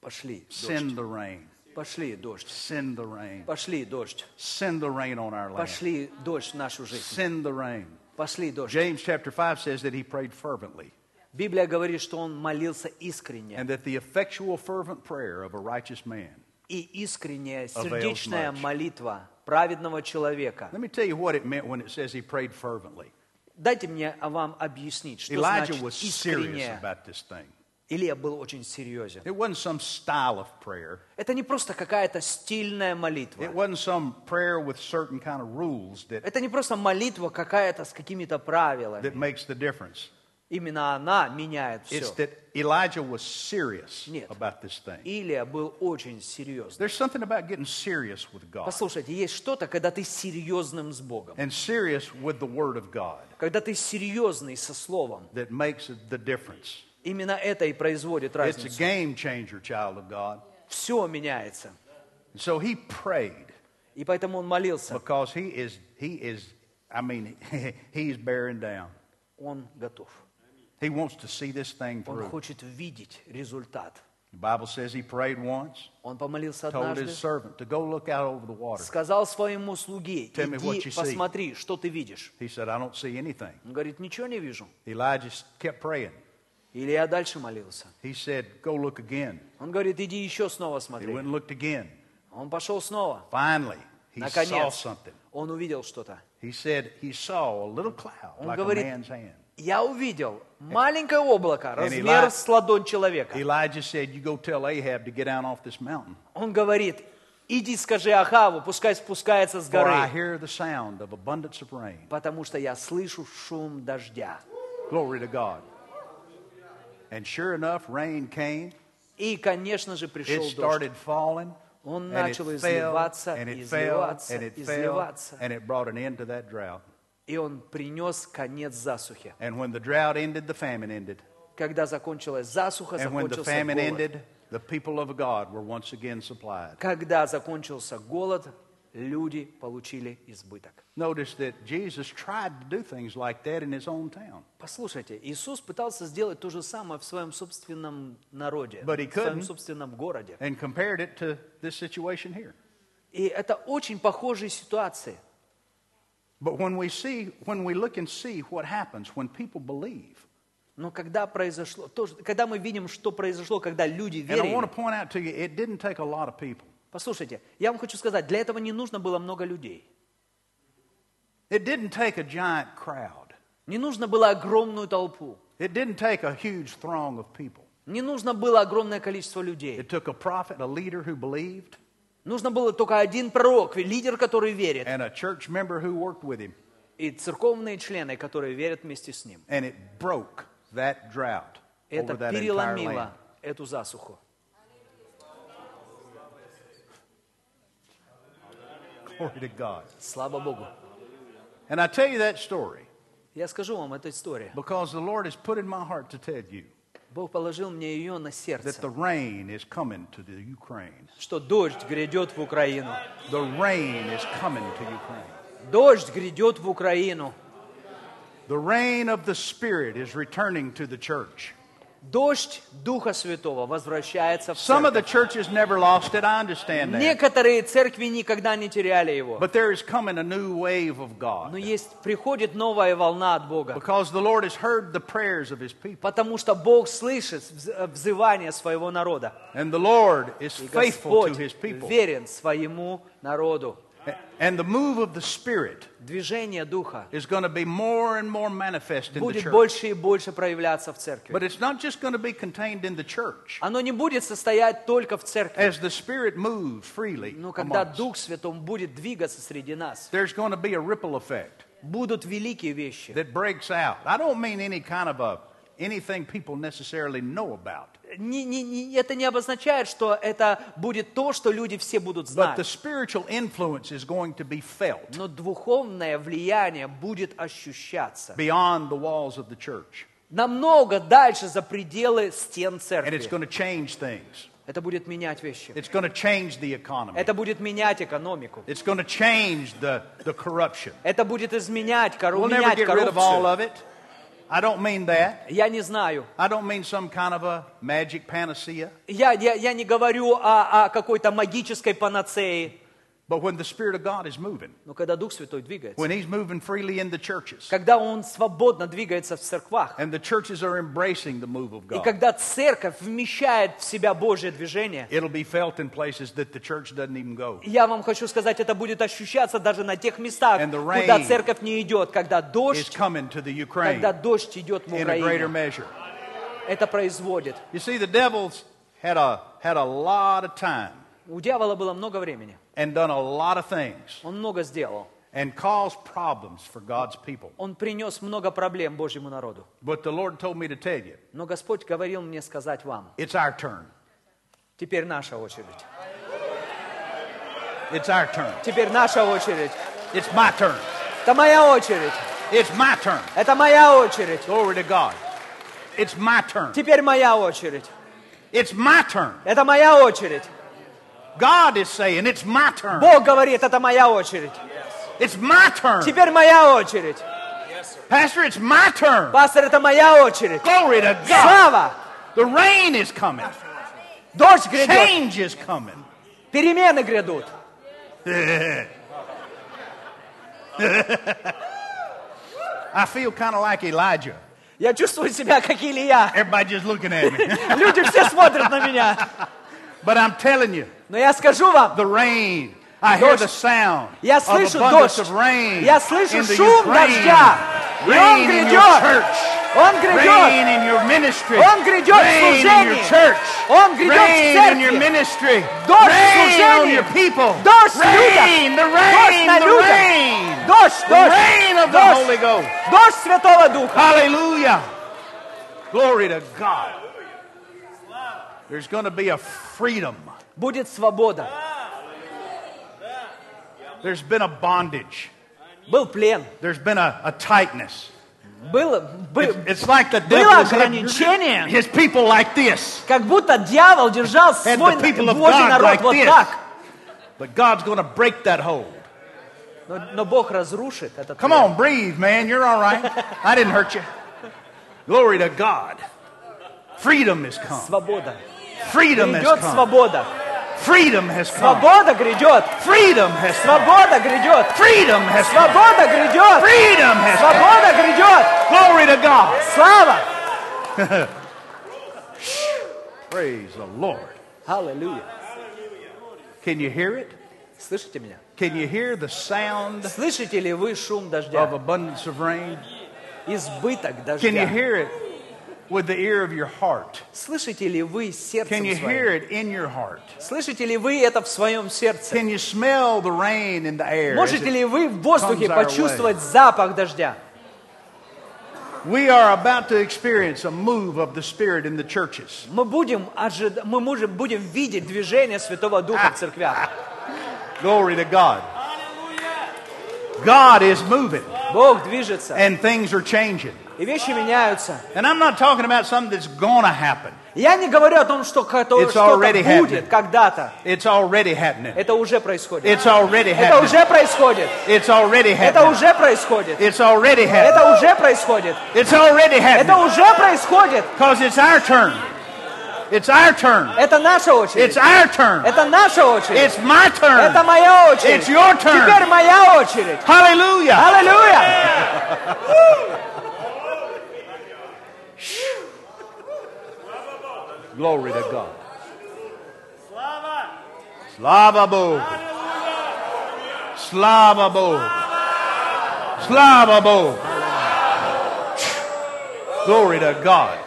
S2: Пошли, дождь.
S1: Send the rain.
S2: Пошли, дождь.
S1: Send the rain.
S2: Пошли, дождь.
S1: Send the rain on our land.
S2: Пошли, дождь в нашу жизнь.
S1: Send the rain.
S2: Пошли, дождь.
S1: James chapter 5 says that he prayed fervently
S2: Библия говорит, что он молился искренне.
S1: and that the effectual fervent prayer of a righteous man.
S2: И искренняя,
S1: Avails
S2: сердечная
S1: much.
S2: молитва праведного человека.
S1: Let me tell you what it meant when it says he prayed fervently.
S2: Дайте мне а, вам объяснить, что
S1: Elijah
S2: значит
S1: was serious
S2: искренне.
S1: about this thing.
S2: Илия был очень серьезен.
S1: It wasn't some style of prayer.
S2: Это не просто какая-то стильная
S1: It
S2: молитва.
S1: wasn't some prayer with certain kind of rules that,
S2: Это не просто молитва какая-то с какими-то правилами.
S1: that makes the difference.
S2: Именно она меняет
S1: It's
S2: все.
S1: that Elijah was serious
S2: Нет.
S1: about this thing.
S2: Илия был очень серьезным.
S1: There's something about getting serious with God
S2: Послушайте, есть что-то, когда ты серьезным с Богом.
S1: and serious with the Word of God
S2: Когда ты серьезный со Словом.
S1: that makes the difference.
S2: Именно это и производит
S1: It's a
S2: разницу.
S1: game changer, child of God.
S2: Все меняется.
S1: And so he prayed
S2: И поэтому он молился.
S1: because he is, he is, I mean, <laughs> he's bearing down.
S2: Он готов.
S1: He wants to see this thing
S2: Он
S1: through.
S2: хочет видеть результат.
S1: The Bible says he prayed once,
S2: Он помолился
S1: told
S2: однажды,
S1: his servant to go look out over the water.
S2: сказал своему слуге,
S1: Tell me what
S2: иди
S1: you see.
S2: посмотри, что ты видишь.
S1: He said, I don't see anything.
S2: Он говорит, ничего не вижу.
S1: Elijah s- kept praying.
S2: Или я дальше молился.
S1: He said, Go look again.
S2: Он говорит, иди еще снова
S1: He
S2: смотри. А
S1: went and looked again.
S2: Он пошел снова.
S1: Finally, he saw
S2: Наконец,
S1: something.
S2: он увидел что-то.
S1: He said he saw a little cloud
S2: Он
S1: like
S2: говорит,
S1: a man's hand.
S2: Я увидел маленькое облако
S1: Eli-
S2: размером с ладонь человека.
S1: Elijah said, You go tell Ahab to get down off this mountain.
S2: Он говорит, иди скажи Ахаву, пускай спускается с
S1: For I
S2: горы,
S1: hear the sound of abundance of rain.
S2: потому что я слышу шум дождя.
S1: Glory to God. And sure enough, rain came.
S2: И, конечно же,
S1: It
S2: пришел дождь.
S1: started falling.
S2: Он
S1: and it
S2: начал
S1: fell,
S2: изливаться,
S1: and it fell,
S2: изливаться,
S1: and it fell,
S2: изливаться.
S1: and it brought an end to that drought.
S2: И он принес конец засухе.
S1: And when the drought ended, the famine ended.
S2: Когда закончилась засуха,
S1: And when the
S2: закончился
S1: famine
S2: голод.
S1: ended, the people of God were once again supplied.
S2: Когда закончился голод, люди получили избыток.
S1: Notice that Jesus tried to do things like that in his own town,
S2: Послушайте, Иисус пытался сделать то же самое в своем собственном народе,
S1: But he
S2: в своем
S1: couldn't.
S2: собственном городе.
S1: and compared it to this situation here.
S2: И это очень похожие ситуации.
S1: But when we see, when we look and see what happens when people believe,
S2: Но когда произошло, то, что- когда мы видим, что произошло, когда люди
S1: and I
S2: верили,
S1: want to point out to you, it didn't take a lot of people.
S2: послушайте, я вам хочу сказать, для этого не нужно было много людей.
S1: It didn't take a giant crowd.
S2: Не нужно было огромную толпу.
S1: It didn't take a huge throng of people.
S2: Не нужно было огромное количество людей.
S1: It took a prophet, a leader who believed,
S2: Нужно было только один пророк, лидер, который верит,
S1: and a church member who worked with him,
S2: и церковные члены, которые верят вместе с ним.
S1: and it broke that drought over
S2: Это
S1: that entire land.
S2: переломило эту засуху.
S1: Glory to God.
S2: Слава Богу.
S1: And I tell you that story
S2: Я скажу вам эту историю.
S1: because the Lord has put in my heart to tell you
S2: Бог положил мне ее на
S1: that the
S2: сердце,
S1: rain is coming to the Ukraine.
S2: что дождь грядет в Украину.
S1: The rain is coming to Ukraine.
S2: Дождь грядет в Украину.
S1: The rain of the Spirit is returning to the church.
S2: Дождь Духа Святого возвращается в
S1: Some of
S2: церковь.
S1: the churches never lost it. I understand that.
S2: Некоторые церкви никогда не теряли его.
S1: But there is coming a new wave of
S2: Но
S1: God
S2: есть, приходит новая волна от Бога.
S1: because the Lord has heard the prayers of His people.
S2: Потому что Бог слышит вз- взывание своего народа.
S1: And the Lord is
S2: И
S1: faithful to
S2: Господь
S1: His people.
S2: верен своему народу.
S1: And the move of the Spirit
S2: Движение Духа
S1: is going to be more and more manifest in the
S2: будет
S1: church.
S2: больше и больше проявляться в церкви.
S1: But it's not just going to be contained in the church.
S2: Оно не будет состоять только в церкви.
S1: As the Spirit moves freely,
S2: Но когда
S1: amongst,
S2: Дух Святой будет двигаться среди нас,
S1: there's going to be a ripple effect
S2: будут великие вещи.
S1: that breaks out. I don't mean any kind of a anything people necessarily know about,
S2: Не- не- не- это не обозначает, что это будет то, что люди все будут
S1: but the
S2: знать.
S1: spiritual influence is going to be felt
S2: Но духовное влияние будет ощущаться
S1: beyond the walls of the church,
S2: намного дальше за пределы стен
S1: and it's
S2: церкви.
S1: going to change things.
S2: Это будет менять вещи.
S1: It's going to change the economy.
S2: Это будет менять экономику.
S1: It's going to change the, the corruption.
S2: Это будет изменять кору-
S1: We'll never
S2: менять
S1: get rid of all
S2: коррупцию.
S1: of it. I don't mean that.
S2: Я не знаю.
S1: I don't mean some kind of a magic panacea.
S2: Я, я, я не говорю о, о какой-то магической панацее.
S1: But when the Spirit of God is moving,
S2: Но когда Дух Святой двигается,
S1: when He's moving freely in the churches,
S2: когда Он свободно двигается в церквах,
S1: and the churches are embracing the move of
S2: и
S1: God,
S2: когда церковь вмещает в себя Божье движение,
S1: it'll be felt in places that the church doesn't even go.
S2: я вам хочу сказать, это будет ощущаться даже на тех местах,
S1: And the rain
S2: куда церковь не идет, когда
S1: It's
S2: дождь,
S1: coming to the Ukraine
S2: когда дождь идет в
S1: in a greater
S2: Украину.
S1: measure.
S2: Это производит.
S1: You see, the devil's had a, had a lot of time
S2: У дьявола было много времени.
S1: and done a lot of things
S2: Он много сделал.
S1: and caused problems for God's people.
S2: Он принес много проблем Божьему народу.
S1: But the Lord told me to tell you,
S2: Но Господь говорил мне сказать вам,
S1: it's our turn.
S2: теперь наша очередь.
S1: It's our turn.
S2: Теперь наша очередь.
S1: It's my turn.
S2: Это моя очередь.
S1: It's my turn.
S2: Это моя очередь.
S1: Glory to God. It's my turn.
S2: Теперь моя очередь.
S1: It's my turn.
S2: Это моя очередь.
S1: God is saying, it's my turn.
S2: Бог говорит, это моя очередь.
S1: It's my turn.
S2: Теперь моя очередь.
S1: Pastor, it's my turn.
S2: Пастор, это моя очередь.
S1: Glory to God.
S2: Слава!
S1: The rain is coming.
S2: Дождь грядет.
S1: Change is coming.
S2: Перемены грядут.
S1: <laughs> I feel kind of like Elijah.
S2: Я чувствую себя, как Илья.
S1: Everybody just looking at me.
S2: Люди все смотрят на меня.
S1: but I'm telling you,
S2: Но я скажу вам,
S1: the rain. I hear the sound
S2: Я
S1: of
S2: слышу
S1: abundance of
S2: дождь.
S1: rain
S2: Я слышу
S1: in the
S2: шум
S1: Ukraine.
S2: дождя. И он
S1: Rain in your
S2: грядет.
S1: church.
S2: он грядет.
S1: Rain in your ministry.
S2: Он грядет в
S1: Rain in your
S2: служении.
S1: church.
S2: Он грядет в
S1: rain in
S2: церкви.
S1: your ministry.
S2: Дождь в
S1: rain on
S2: служении.
S1: your people.
S2: Дождь в
S1: rain, the
S2: людях.
S1: rain,
S2: Дождь на
S1: the
S2: людях.
S1: rain.
S2: Дождь,
S1: The rain of
S2: дождь,
S1: the Holy
S2: дождь,
S1: Ghost.
S2: дождь Святого Духа.
S1: Hallelujah. Glory to God. There's going to be a freedom.
S2: Будет свобода.
S1: There's been a bondage.
S2: Был плен.
S1: There's been a, a tightness.
S2: Было, бы-
S1: It's, it's like the devil
S2: было
S1: has had <laughs>
S2: ограничение.
S1: his people like this.
S2: Как будто дьявол держал
S1: Had
S2: свой
S1: the people of
S2: Божий
S1: God
S2: народ
S1: like
S2: вот
S1: this.
S2: так.
S1: But God's going to break that hold.
S2: Но, но Бог разрушит этот
S1: Come
S2: плен.
S1: on, breathe, man. You're all right. I didn't hurt you. Glory to God. Freedom has come.
S2: Свобода.
S1: Freedom has
S2: Грядет
S1: come.
S2: свобода.
S1: Freedom has come.
S2: Свобода грядет.
S1: Freedom has come.
S2: Свобода грядет.
S1: Freedom has come.
S2: Свобода грядет.
S1: Freedom has come.
S2: Свобода грядет.
S1: Glory to God.
S2: Слава.
S1: Praise the Lord.
S2: Аллилуйя.
S1: Can you hear it?
S2: Слышите меня?
S1: Can you hear the sound
S2: Слышите ли вы шум
S1: of
S2: дождя?
S1: abundance of rain?
S2: Избыток
S1: Can you
S2: дождя.
S1: hear it with the ear of your heart?
S2: Слышите ли вы
S1: Can
S2: сердцем
S1: you
S2: своим?
S1: hear it in your heart?
S2: Слышите ли вы это в своем сердце?
S1: Can you smell the rain in the air? as
S2: Можете
S1: it-
S2: ли вы в воздухе
S1: comes our way.
S2: почувствовать запах дождя?
S1: We are about to experience a move of the Spirit in the churches.
S2: Мы будем, ожида- мы можем, будем видеть движение Святого
S1: А.
S2: Духа в церквях.
S1: Glory to God. God is moving
S2: Бог движется,
S1: and things are changing.
S2: и вещи меняются.
S1: And I'm not talking about something that's going to happen.
S2: Я не говорю о том, что ко- то-
S1: It's
S2: что-то
S1: already
S2: будет
S1: happening.
S2: когда-то.
S1: It's already happening.
S2: Это уже происходит.
S1: It's already
S2: Это
S1: happening.
S2: уже происходит.
S1: It's already
S2: Это
S1: happening.
S2: уже происходит.
S1: It's already happening.
S2: Это уже происходит.
S1: It's already
S2: Это
S1: happening.
S2: уже происходит.
S1: Because it's our turn. It's our turn.
S2: Это наша очередь.
S1: It's our turn.
S2: Это наша очередь.
S1: It's my
S2: Это
S1: turn.
S2: моя очередь.
S1: It's your turn.
S2: Теперь моя очередь.
S1: Hallelujah.
S2: Аллилуйя!
S1: Glory to God. Slava Bogu. Slava Bogu. Slava Bogu. Glory to God.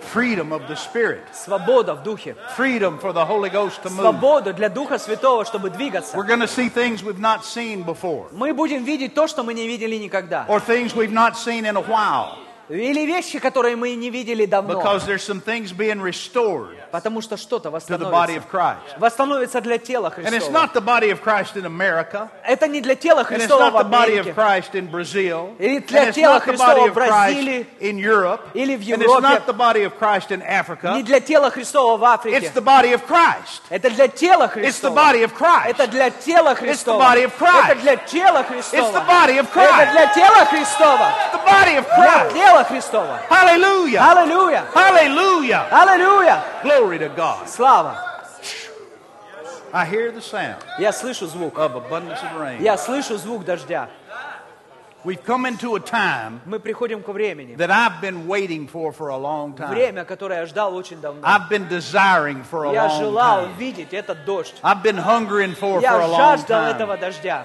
S1: Freedom of the Spirit.
S2: Свобода в Духе.
S1: Freedom for the Holy Ghost to move.
S2: Свобода для Духа Святого, чтобы двигаться.
S1: We're going to see things we've not seen before
S2: Мы будем видеть то, что мы не видели никогда.
S1: or things we've not seen in a while
S2: Или вещи, которые мы не видели давно.
S1: because there's some things being restored
S2: Потому что что-то
S1: to the body
S2: восстановится.
S1: of Christ.
S2: Восстановится для тела
S1: And it's
S2: Христова.
S1: not the body of Christ in America.
S2: Это не для тела
S1: And it's
S2: Христова
S1: not
S2: в
S1: the body of
S2: Америке.
S1: Christ in Brazil.
S2: И для
S1: And it's
S2: тела
S1: not the body
S2: Христова
S1: of
S2: в Бразилии,
S1: Christ in Europe.
S2: или в
S1: And it's
S2: Европе.
S1: not the body of Christ in
S2: Не
S1: Africa.
S2: для тела Христова в
S1: It's
S2: Африке.
S1: the body of Christ.
S2: Это для тела
S1: It's the
S2: Христова.
S1: body of Christ.
S2: Это для тела Христова.
S1: body of Christ.
S2: Это для тела
S1: It's the
S2: Христова.
S1: body of
S2: Это
S1: Christ.
S2: для тела Христова.
S1: It's the body of
S2: Для
S1: Christ.
S2: тела Христова.
S1: Hallelujah.
S2: Аллилуйя!
S1: Hallelujah.
S2: Аллилуйя!
S1: Glory to God.
S2: Слава!
S1: I hear the sound
S2: Я слышу звук.
S1: of abundance of rain.
S2: Я слышу звук дождя.
S1: We've come into a time
S2: Мы приходим к времени.
S1: that I've been waiting for for a long time.
S2: Время, которое я ждал очень давно.
S1: I've been desiring for a
S2: Я
S1: long
S2: желал
S1: time.
S2: видеть этот dождь.
S1: I've been hungering for for
S2: Я
S1: a long
S2: жаждал
S1: time.
S2: этого дождя.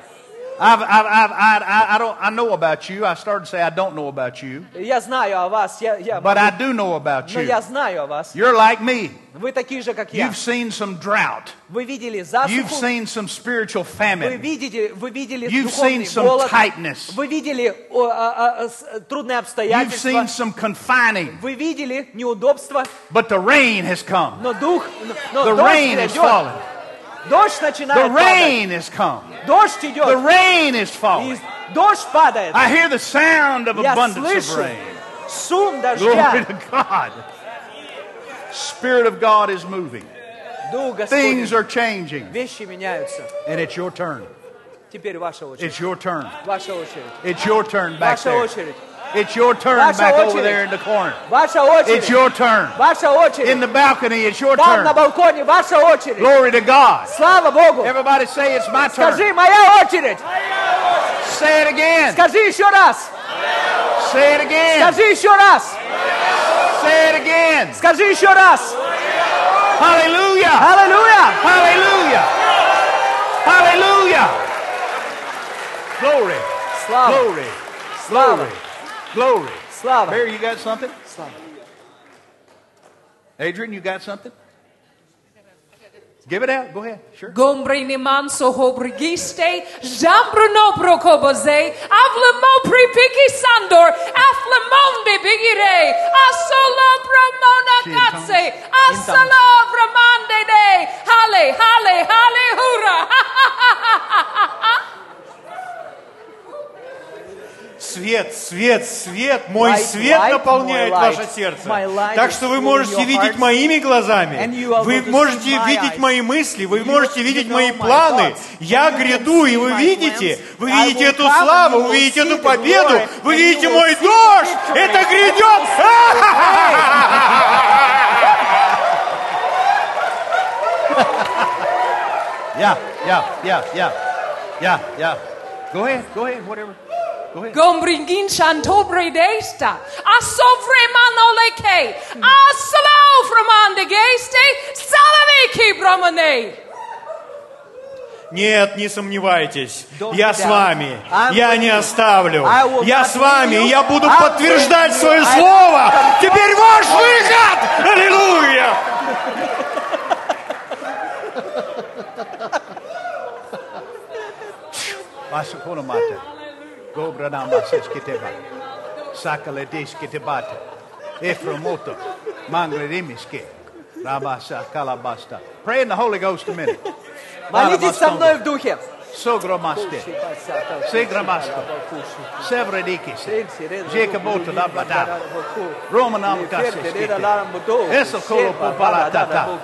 S1: I've, I've, I've, I, I, I don't. I know about you. I started to say I don't know about you,
S2: Я знаю о вас, я, я,
S1: but I do know about
S2: но
S1: you.
S2: я знаю о вас.
S1: You're like me.
S2: Вы такие же, как я.
S1: You've seen some drought.
S2: Вы видели
S1: You've
S2: засуху,
S1: seen some spiritual
S2: вы
S1: famine.
S2: видите, вы видели
S1: You've seen
S2: духовный
S1: some
S2: голод,
S1: tightness.
S2: вы видели о, а, а, с- трудные
S1: You've
S2: обстоятельства,
S1: seen some confining.
S2: вы видели неудобства,
S1: But the rain has come.
S2: но дух, но
S1: The
S2: дождь
S1: rain is
S2: идет.
S1: falling.
S2: Дождь
S1: The
S2: начинает падать.
S1: rain has come.
S2: Дождь
S1: The
S2: идет.
S1: rain is
S2: И
S1: falling.
S2: дождь падает.
S1: I hear the sound of
S2: Я
S1: abundance of
S2: слышу
S1: rain.
S2: шум
S1: Glory
S2: дождя.
S1: to God. Spirit of God is moving.
S2: Дух
S1: Things
S2: Господень.
S1: are changing.
S2: Вещи меняются.
S1: And it's your turn.
S2: Теперь ваша очередь.
S1: It's your turn.
S2: Ваша очередь.
S1: It's your turn back
S2: Ваша
S1: there.
S2: очередь.
S1: It's your turn
S2: Ваша
S1: back over
S2: очередь.
S1: there in the corner.
S2: Ваша
S1: It's
S2: очередь.
S1: your turn.
S2: Ваша
S1: In
S2: очередь.
S1: the balcony, it's your
S2: Там на
S1: turn.
S2: балконе ваша очередь.
S1: Glory to God.
S2: Слава Богу.
S1: Everybody say it's my turn.
S2: Скажи, моя очередь.
S1: Say it again.
S2: Скажи еще раз.
S1: Say it again.
S2: Скажи еще раз.
S1: Say it again.
S2: Скажи еще раз.
S1: Hallelujah.
S2: Аллилуйя.
S1: Hallelujah. Hallelujah. Glory.
S2: Слава.
S1: Glory.
S2: Слава.
S1: Glory.
S2: Слава.
S1: Mary, you got something?
S2: Слава.
S1: Adrian, you got something? Give it out. Go ahead. Sure.
S3: Gombrini manso hobrigiste, no jambruno procoboze, avlemo pripiki sandor, aflemonde bigire, asolo promona
S1: She in tongues?
S3: gatse, asolo bramande de, halle, halle, halle, hurrah!
S4: Свет, свет, свет, мой
S2: Light,
S4: свет
S2: light,
S4: наполняет
S2: more light.
S4: ваше сердце.
S2: My light
S4: Так
S2: is
S4: что вы
S2: filling
S4: можете
S2: your
S4: видеть
S2: hearts.
S4: моими глазами,
S2: And you are
S4: вы
S2: going to
S4: можете
S2: see my
S4: видеть
S2: eyes.
S4: мои мысли, вы
S2: You
S4: можете
S2: will
S4: видеть
S2: know
S4: мои
S2: my
S4: планы.
S2: thoughts.
S4: Я
S2: You can
S4: гряду, и
S2: see
S4: вы
S2: my
S4: видите,
S2: plans.
S4: вы
S2: I
S4: видите
S2: will
S4: эту
S2: come,
S4: славу,
S2: you
S4: вы
S2: will
S4: видите
S2: see
S4: эту
S2: the
S4: победу,
S2: glory,
S4: вы
S2: and
S4: видите
S2: you will
S4: мой
S2: see the
S4: дождь,
S2: victory.
S4: это
S2: <laughs>
S4: грядет. А! Ха-ха-ха-ха-ха!
S1: Yeah, yeah, yeah, yeah, yeah, yeah. Go ahead, go ahead, whatever. Go ahead.
S3: <laughs> Gombringin shantobre desta, asofre manoleke, asolo framande geste, salaviki bromane.
S4: Нет, не сомневайтесь,
S2: Don't
S4: я
S2: be
S4: с
S2: down.
S4: вами,
S2: I'm
S4: я
S2: with
S4: не
S2: you.
S4: оставлю,
S2: I will
S4: я
S2: not
S4: с вами,
S2: leave you.
S4: и я буду
S2: I'm
S4: подтверждать
S2: with you.
S4: свое
S2: I-
S4: слово. Теперь ваш выход! <laughs> Аллилуйя!
S1: Masa kono mate. Go brana masa skiteba. Sakaladiske tebata. Eframoto. Manglidimiske. Rabasa kalabasta. Pray in the Holy Ghost a minute.
S2: Молитесь со мной в духе.
S1: Sogromaste. Sigramasto. Sevredikis. Jacobota da bada. Romanam kasis. Eso colo popalatata.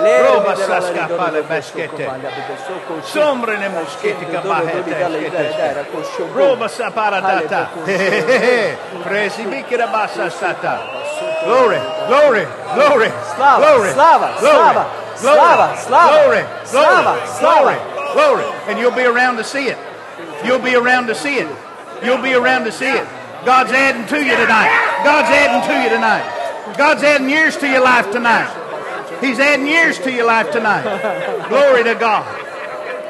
S1: Roba saska pale baskete. Sombre ne moskete kabahete. Roba saparatata. Presi bikira basa sata. Glory, glory, glory,
S2: Слава,
S1: glory,
S2: слава,
S1: glory,
S2: слава, слава, слава,
S1: glory,
S2: слава,
S1: glory, glory,
S2: слава.
S1: glory. And you'll be around to see it. You'll be around to see it. You'll be around to see it. God's adding to you tonight. God's adding to you tonight. God's adding years to your life tonight. He's adding years to your life tonight. Glory to God.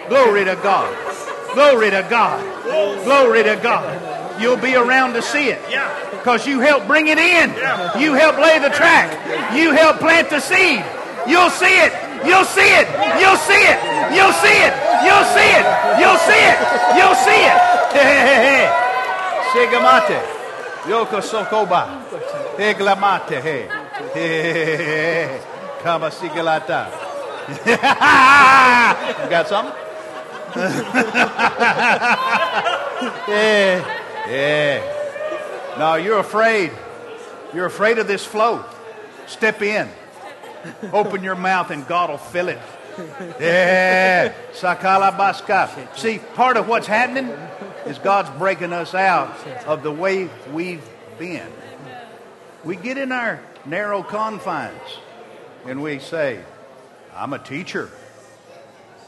S1: Glory to God. Glory to God. Glory to God. You'll be around to see it. Because you help bring it in. You help lay the track. You help plant the seed. You'll see it. You'll see it. You'll see it. You'll see it. You'll see it. You'll see it. You'll see it. Hey, hey, hey, hey. Sigamate. Yoko Sokoba. Eglamate. Hey. Hey, hey, hey, hey. Kama Sigalata. <laughs> You got something? yeah. Yeah. No, you're afraid. You're afraid of this flow. Step in. Open your mouth and God will fill it. Yeah. Sakala baska. See, part of what's happening is God's breaking us out of the way we've been. We get in our narrow confines and we say, I'm a teacher.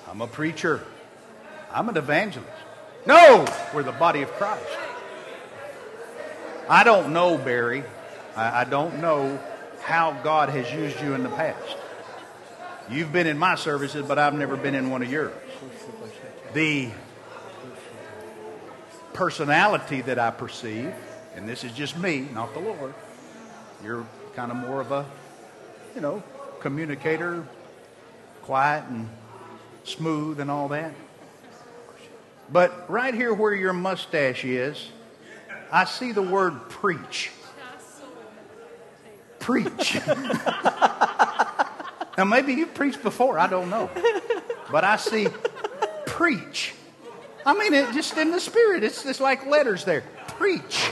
S1: I'm a preacher. I'm an evangelist. No, we're the body of Christ. I don't know, Barry. I, I don't know how God has used you in the past. You've been in my services, but I've never been in one of yours. The personality that I perceive, and this is just me, not the Lord, you're kind of more of a, you know, communicator, quiet and smooth and all that. But right here where your mustache is, I see the word preach. Preach. <laughs> now, maybe you preached before, I don't know. But I see preach. I mean, it just in the spirit, it's just like letters there. Preach.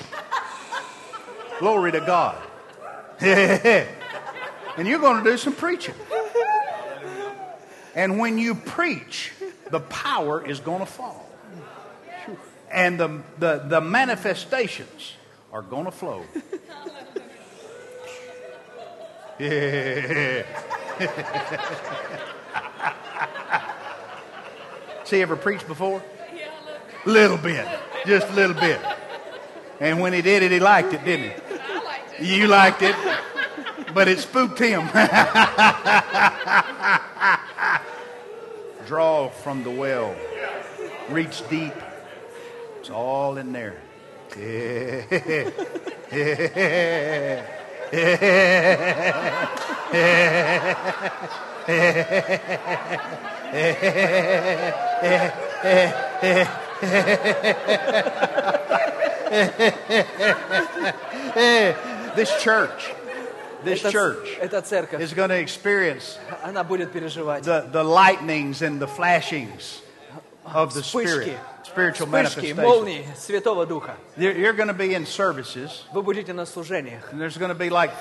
S1: Glory to God. <laughs> and you're going to do some preaching. And when you preach, the power is going to fall. And the, the, the manifestations are going to <laughs> flow. Yeah. See, ever preached before? Little bit, just a little bit. And when he did it, he liked it, didn't he? You liked it, but it spooked him. Draw from the well, reach deep. It's all in there. <laughs> This church, this
S2: Это,
S1: church
S2: это церковь.
S1: is going to experience
S2: Она будет переживать.
S1: the, the lightnings and the flashings of the spirit,
S2: Вспышки.
S1: spiritual
S2: Вспышки,
S1: manifestations.
S2: молнии Святого Духа.
S1: You're, you're going to be in services,
S2: Вы будете на служениях.
S1: and there's going to be like,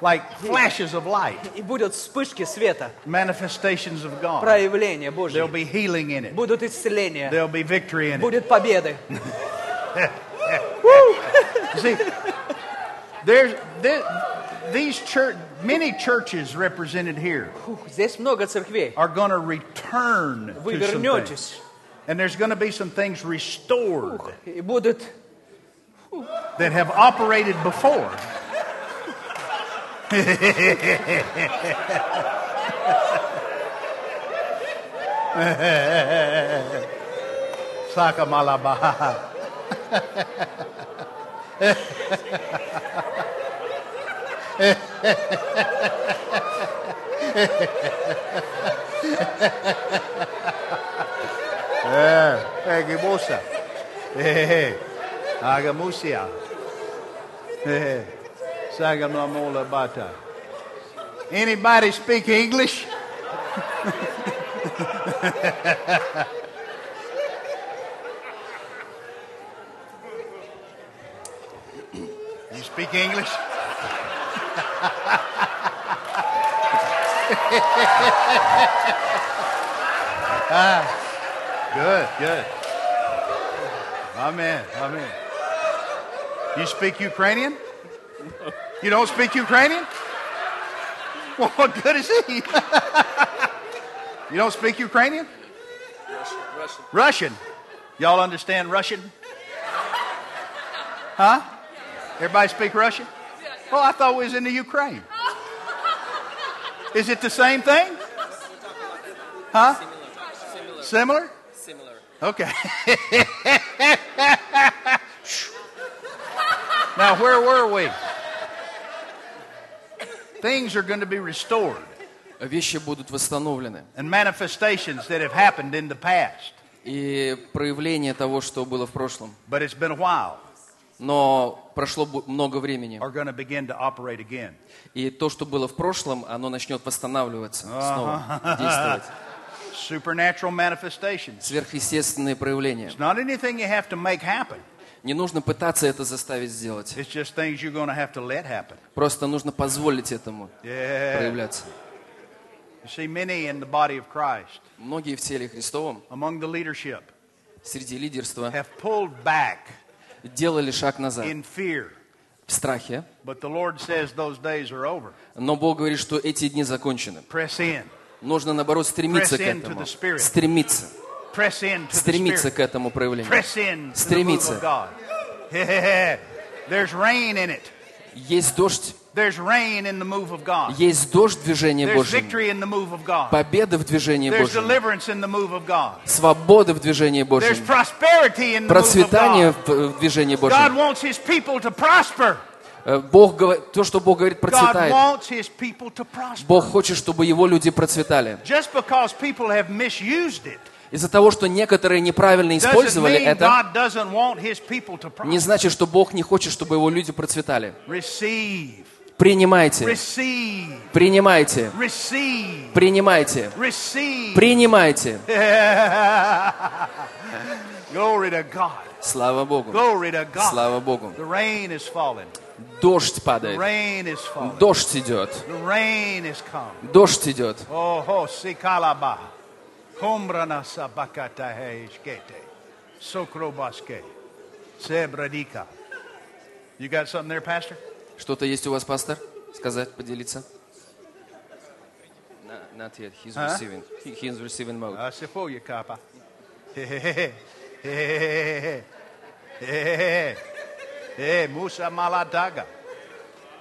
S1: like flashes of light,
S2: И будут вспышки света,
S1: manifestations of God.
S2: проявления
S1: There'll
S2: Божьи.
S1: be healing in it.
S2: Будут исцеления,
S1: There'll be victory in it.
S2: будут победы.
S1: See, there's there, these church, many churches represented here
S2: Фух, здесь много церквей.
S1: are going to return
S2: Вы
S1: to some things.
S2: вернетесь,
S1: and there's going to be some things restored
S2: и будут
S1: that have operated before. Sakamalaba. Eh, eh, gibosa. Eh, eh, agamusia. Eh, Sagamamola Bata. Anybody speak English? <laughs> you speak English? <laughs> ah, good, good. Amen, amen. You speak Ukrainian? You don't speak Ukrainian? Well, what good is he? you don't speak Ukrainian?
S5: Russian.
S1: Russian. Y'all understand Russian? Huh? Everybody speak Russian? Well, I thought we was in the Ukraine. Is it the same thing? Huh?
S5: Similar.
S1: Similar?
S5: Similar.
S1: Okay. <laughs> now, where were we? Things are going to be restored
S5: Вещи будут восстановлены.
S1: and manifestations that have happened in the past,
S5: И проявление того, что было в прошлом.
S1: but it's been a while,
S5: Но прошло бу- много времени.
S1: are going to begin to operate again.
S5: И то, что было в прошлом, оно начнет восстанавливаться снова, действовать.
S1: Supernatural manifestations.
S5: Сверхъестественные проявления.
S1: It's not anything you have to make happen,
S5: Не нужно пытаться это заставить сделать.
S1: it's just things you're going to have to let happen.
S5: Просто нужно позволить этому
S1: Yeah.
S5: проявляться.
S1: You see, many in the body of Christ,
S5: Многие в теле Христовом,
S1: among the leadership,
S5: среди лидерства,
S1: have pulled back
S5: делали шаг назад
S1: in fear.
S5: в страхе.
S1: But the Lord says those days are over.
S5: Но Бог говорит, что эти дни закончены.
S1: Press in.
S5: Нужно, наоборот, стремиться к
S1: Press into
S5: этому.
S1: the Spirit.
S5: Стремиться.
S1: Press in to the
S5: Стремиться
S1: Spirit.
S5: к этому проявлению.
S1: Press in to the move
S5: Стремиться.
S1: of God. <laughs> Yeah. There's rain in it.
S5: Есть дождь.
S1: There's rain in the move of God.
S5: Есть дождь движения
S1: There's
S5: Божьего.
S1: victory in the move of God.
S5: Победа в движении
S1: There's
S5: Божьем.
S1: deliverance in the move of God.
S5: Свобода в движении
S1: There's
S5: Божьем.
S1: prosperity in the move of
S5: Процветание
S1: God.
S5: в в движении
S1: God
S5: Божьем.
S1: wants His people to prosper.
S5: Э, Бог говорит, то, что Бог говорит,
S1: God
S5: процветает.
S1: wants His people to prosper.
S5: Бог хочет, чтобы его люди процветали.
S1: Just because people have misused it
S5: Из-за того, что некоторые неправильно
S1: doesn't
S5: использовали
S1: mean
S5: это,
S1: God doesn't want His people to
S5: не
S1: prosper.
S5: значит, что Бог не хочет, чтобы его люди процветали.
S1: Receive,
S5: Принимайте,
S1: receive,
S5: принимайте,
S1: receive,
S5: принимайте,
S1: receive.
S5: принимайте.
S1: <laughs> Glory to God.
S5: Слава Богу.
S1: Glory to God.
S5: Слава Богу.
S1: The rain is falling.
S5: Дождь
S1: The
S5: падает.
S1: rain is falling.
S5: Дождь идет.
S1: The rain is coming.
S5: Дождь идет.
S1: Oh, ho, sikalaba. Kombrana sabakata heishkete. Sokrobaske. Sebradika. You got something there, Pastor?
S5: Что-то есть у вас, пастор? Сказать, поделиться? No, Not yet. He's
S1: А?
S5: receiving. He- he's receiving mode.
S1: I said, for Ah, you, Kappa. Hey, hey, hey, hey, Musa Maladaga.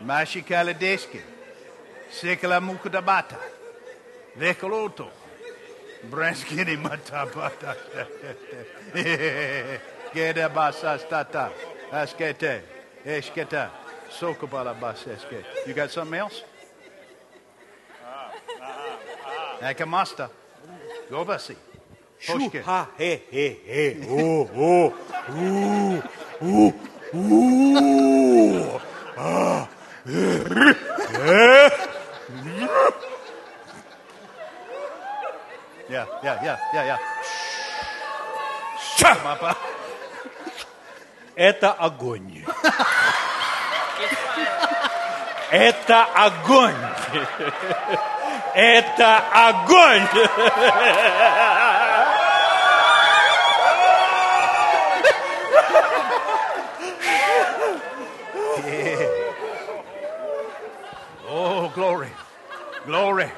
S1: Mashikaladeski. Sekala Mukudabata. Vekaloto. Branskini Matabata. Geda Basastata. Askete. Esketa. Sokobala Baseske. You got something else? Ah, Akamasta. Govasi. Hoshke.
S4: Ну,
S1: Yeah, yeah, yeah, yeah, yeah. Shut up. uh,
S4: Это огонь. Это огонь. Это огонь.
S1: Oh, glory, glory,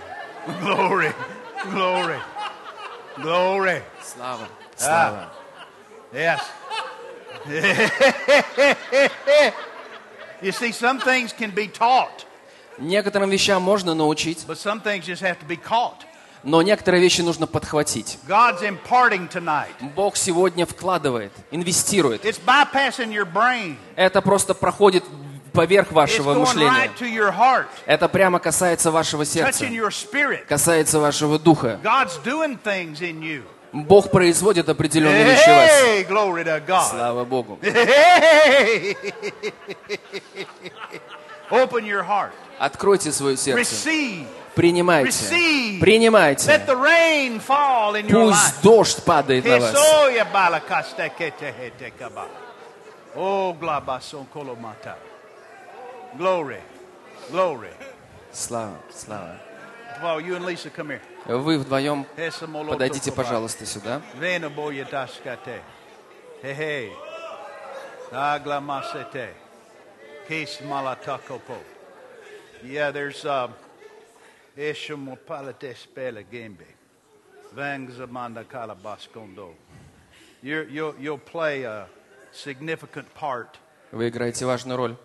S1: glory, glory, glory.
S5: Слава. Слава.
S1: Yes. <laughs> you see, some things can be taught,
S5: Некоторым вещам можно научить,
S1: but some things just have to be caught.
S5: но некоторые вещи нужно подхватить.
S1: God's imparting tonight.
S5: Бог сегодня вкладывает, инвестирует.
S1: It's bypassing your brain.
S5: Это просто проходит поверх
S1: It's
S5: вашего
S1: going
S5: мышления.
S1: right to your heart,
S5: Это прямо касается вашего сердца,
S1: touching your spirit.
S5: касается вашего духа.
S1: God's doing things in you.
S5: Бог производит определенные вещи в вас.
S1: Hey, glory to God.
S5: Слава Богу.
S1: Hey. <laughs> Open your heart.
S5: Откройте свое сердце.
S1: Receive.
S5: Принимайте.
S1: Receive.
S5: Принимайте.
S1: Let the rain fall in your
S5: Пусть
S1: life.
S5: дождь падает на вас.
S1: Hesoya balakaste kete hete kaba. Oh, glabason kolomata. Glory. Glory.
S5: Слава, слава.
S1: Well, you and Lisa, come here.
S5: Вы вдвоем
S1: Hesamoloto
S5: подойдите,
S1: koba.
S5: пожалуйста, сюда.
S1: Vena boya taskate. Hehe. Aglamasete. Kis malatakopo. Yeah, there's um Eshumopalate spele gembe. Vangzamanda kalabascondo. You're, you'll, you'll play a significant part
S5: Вы играете важную роль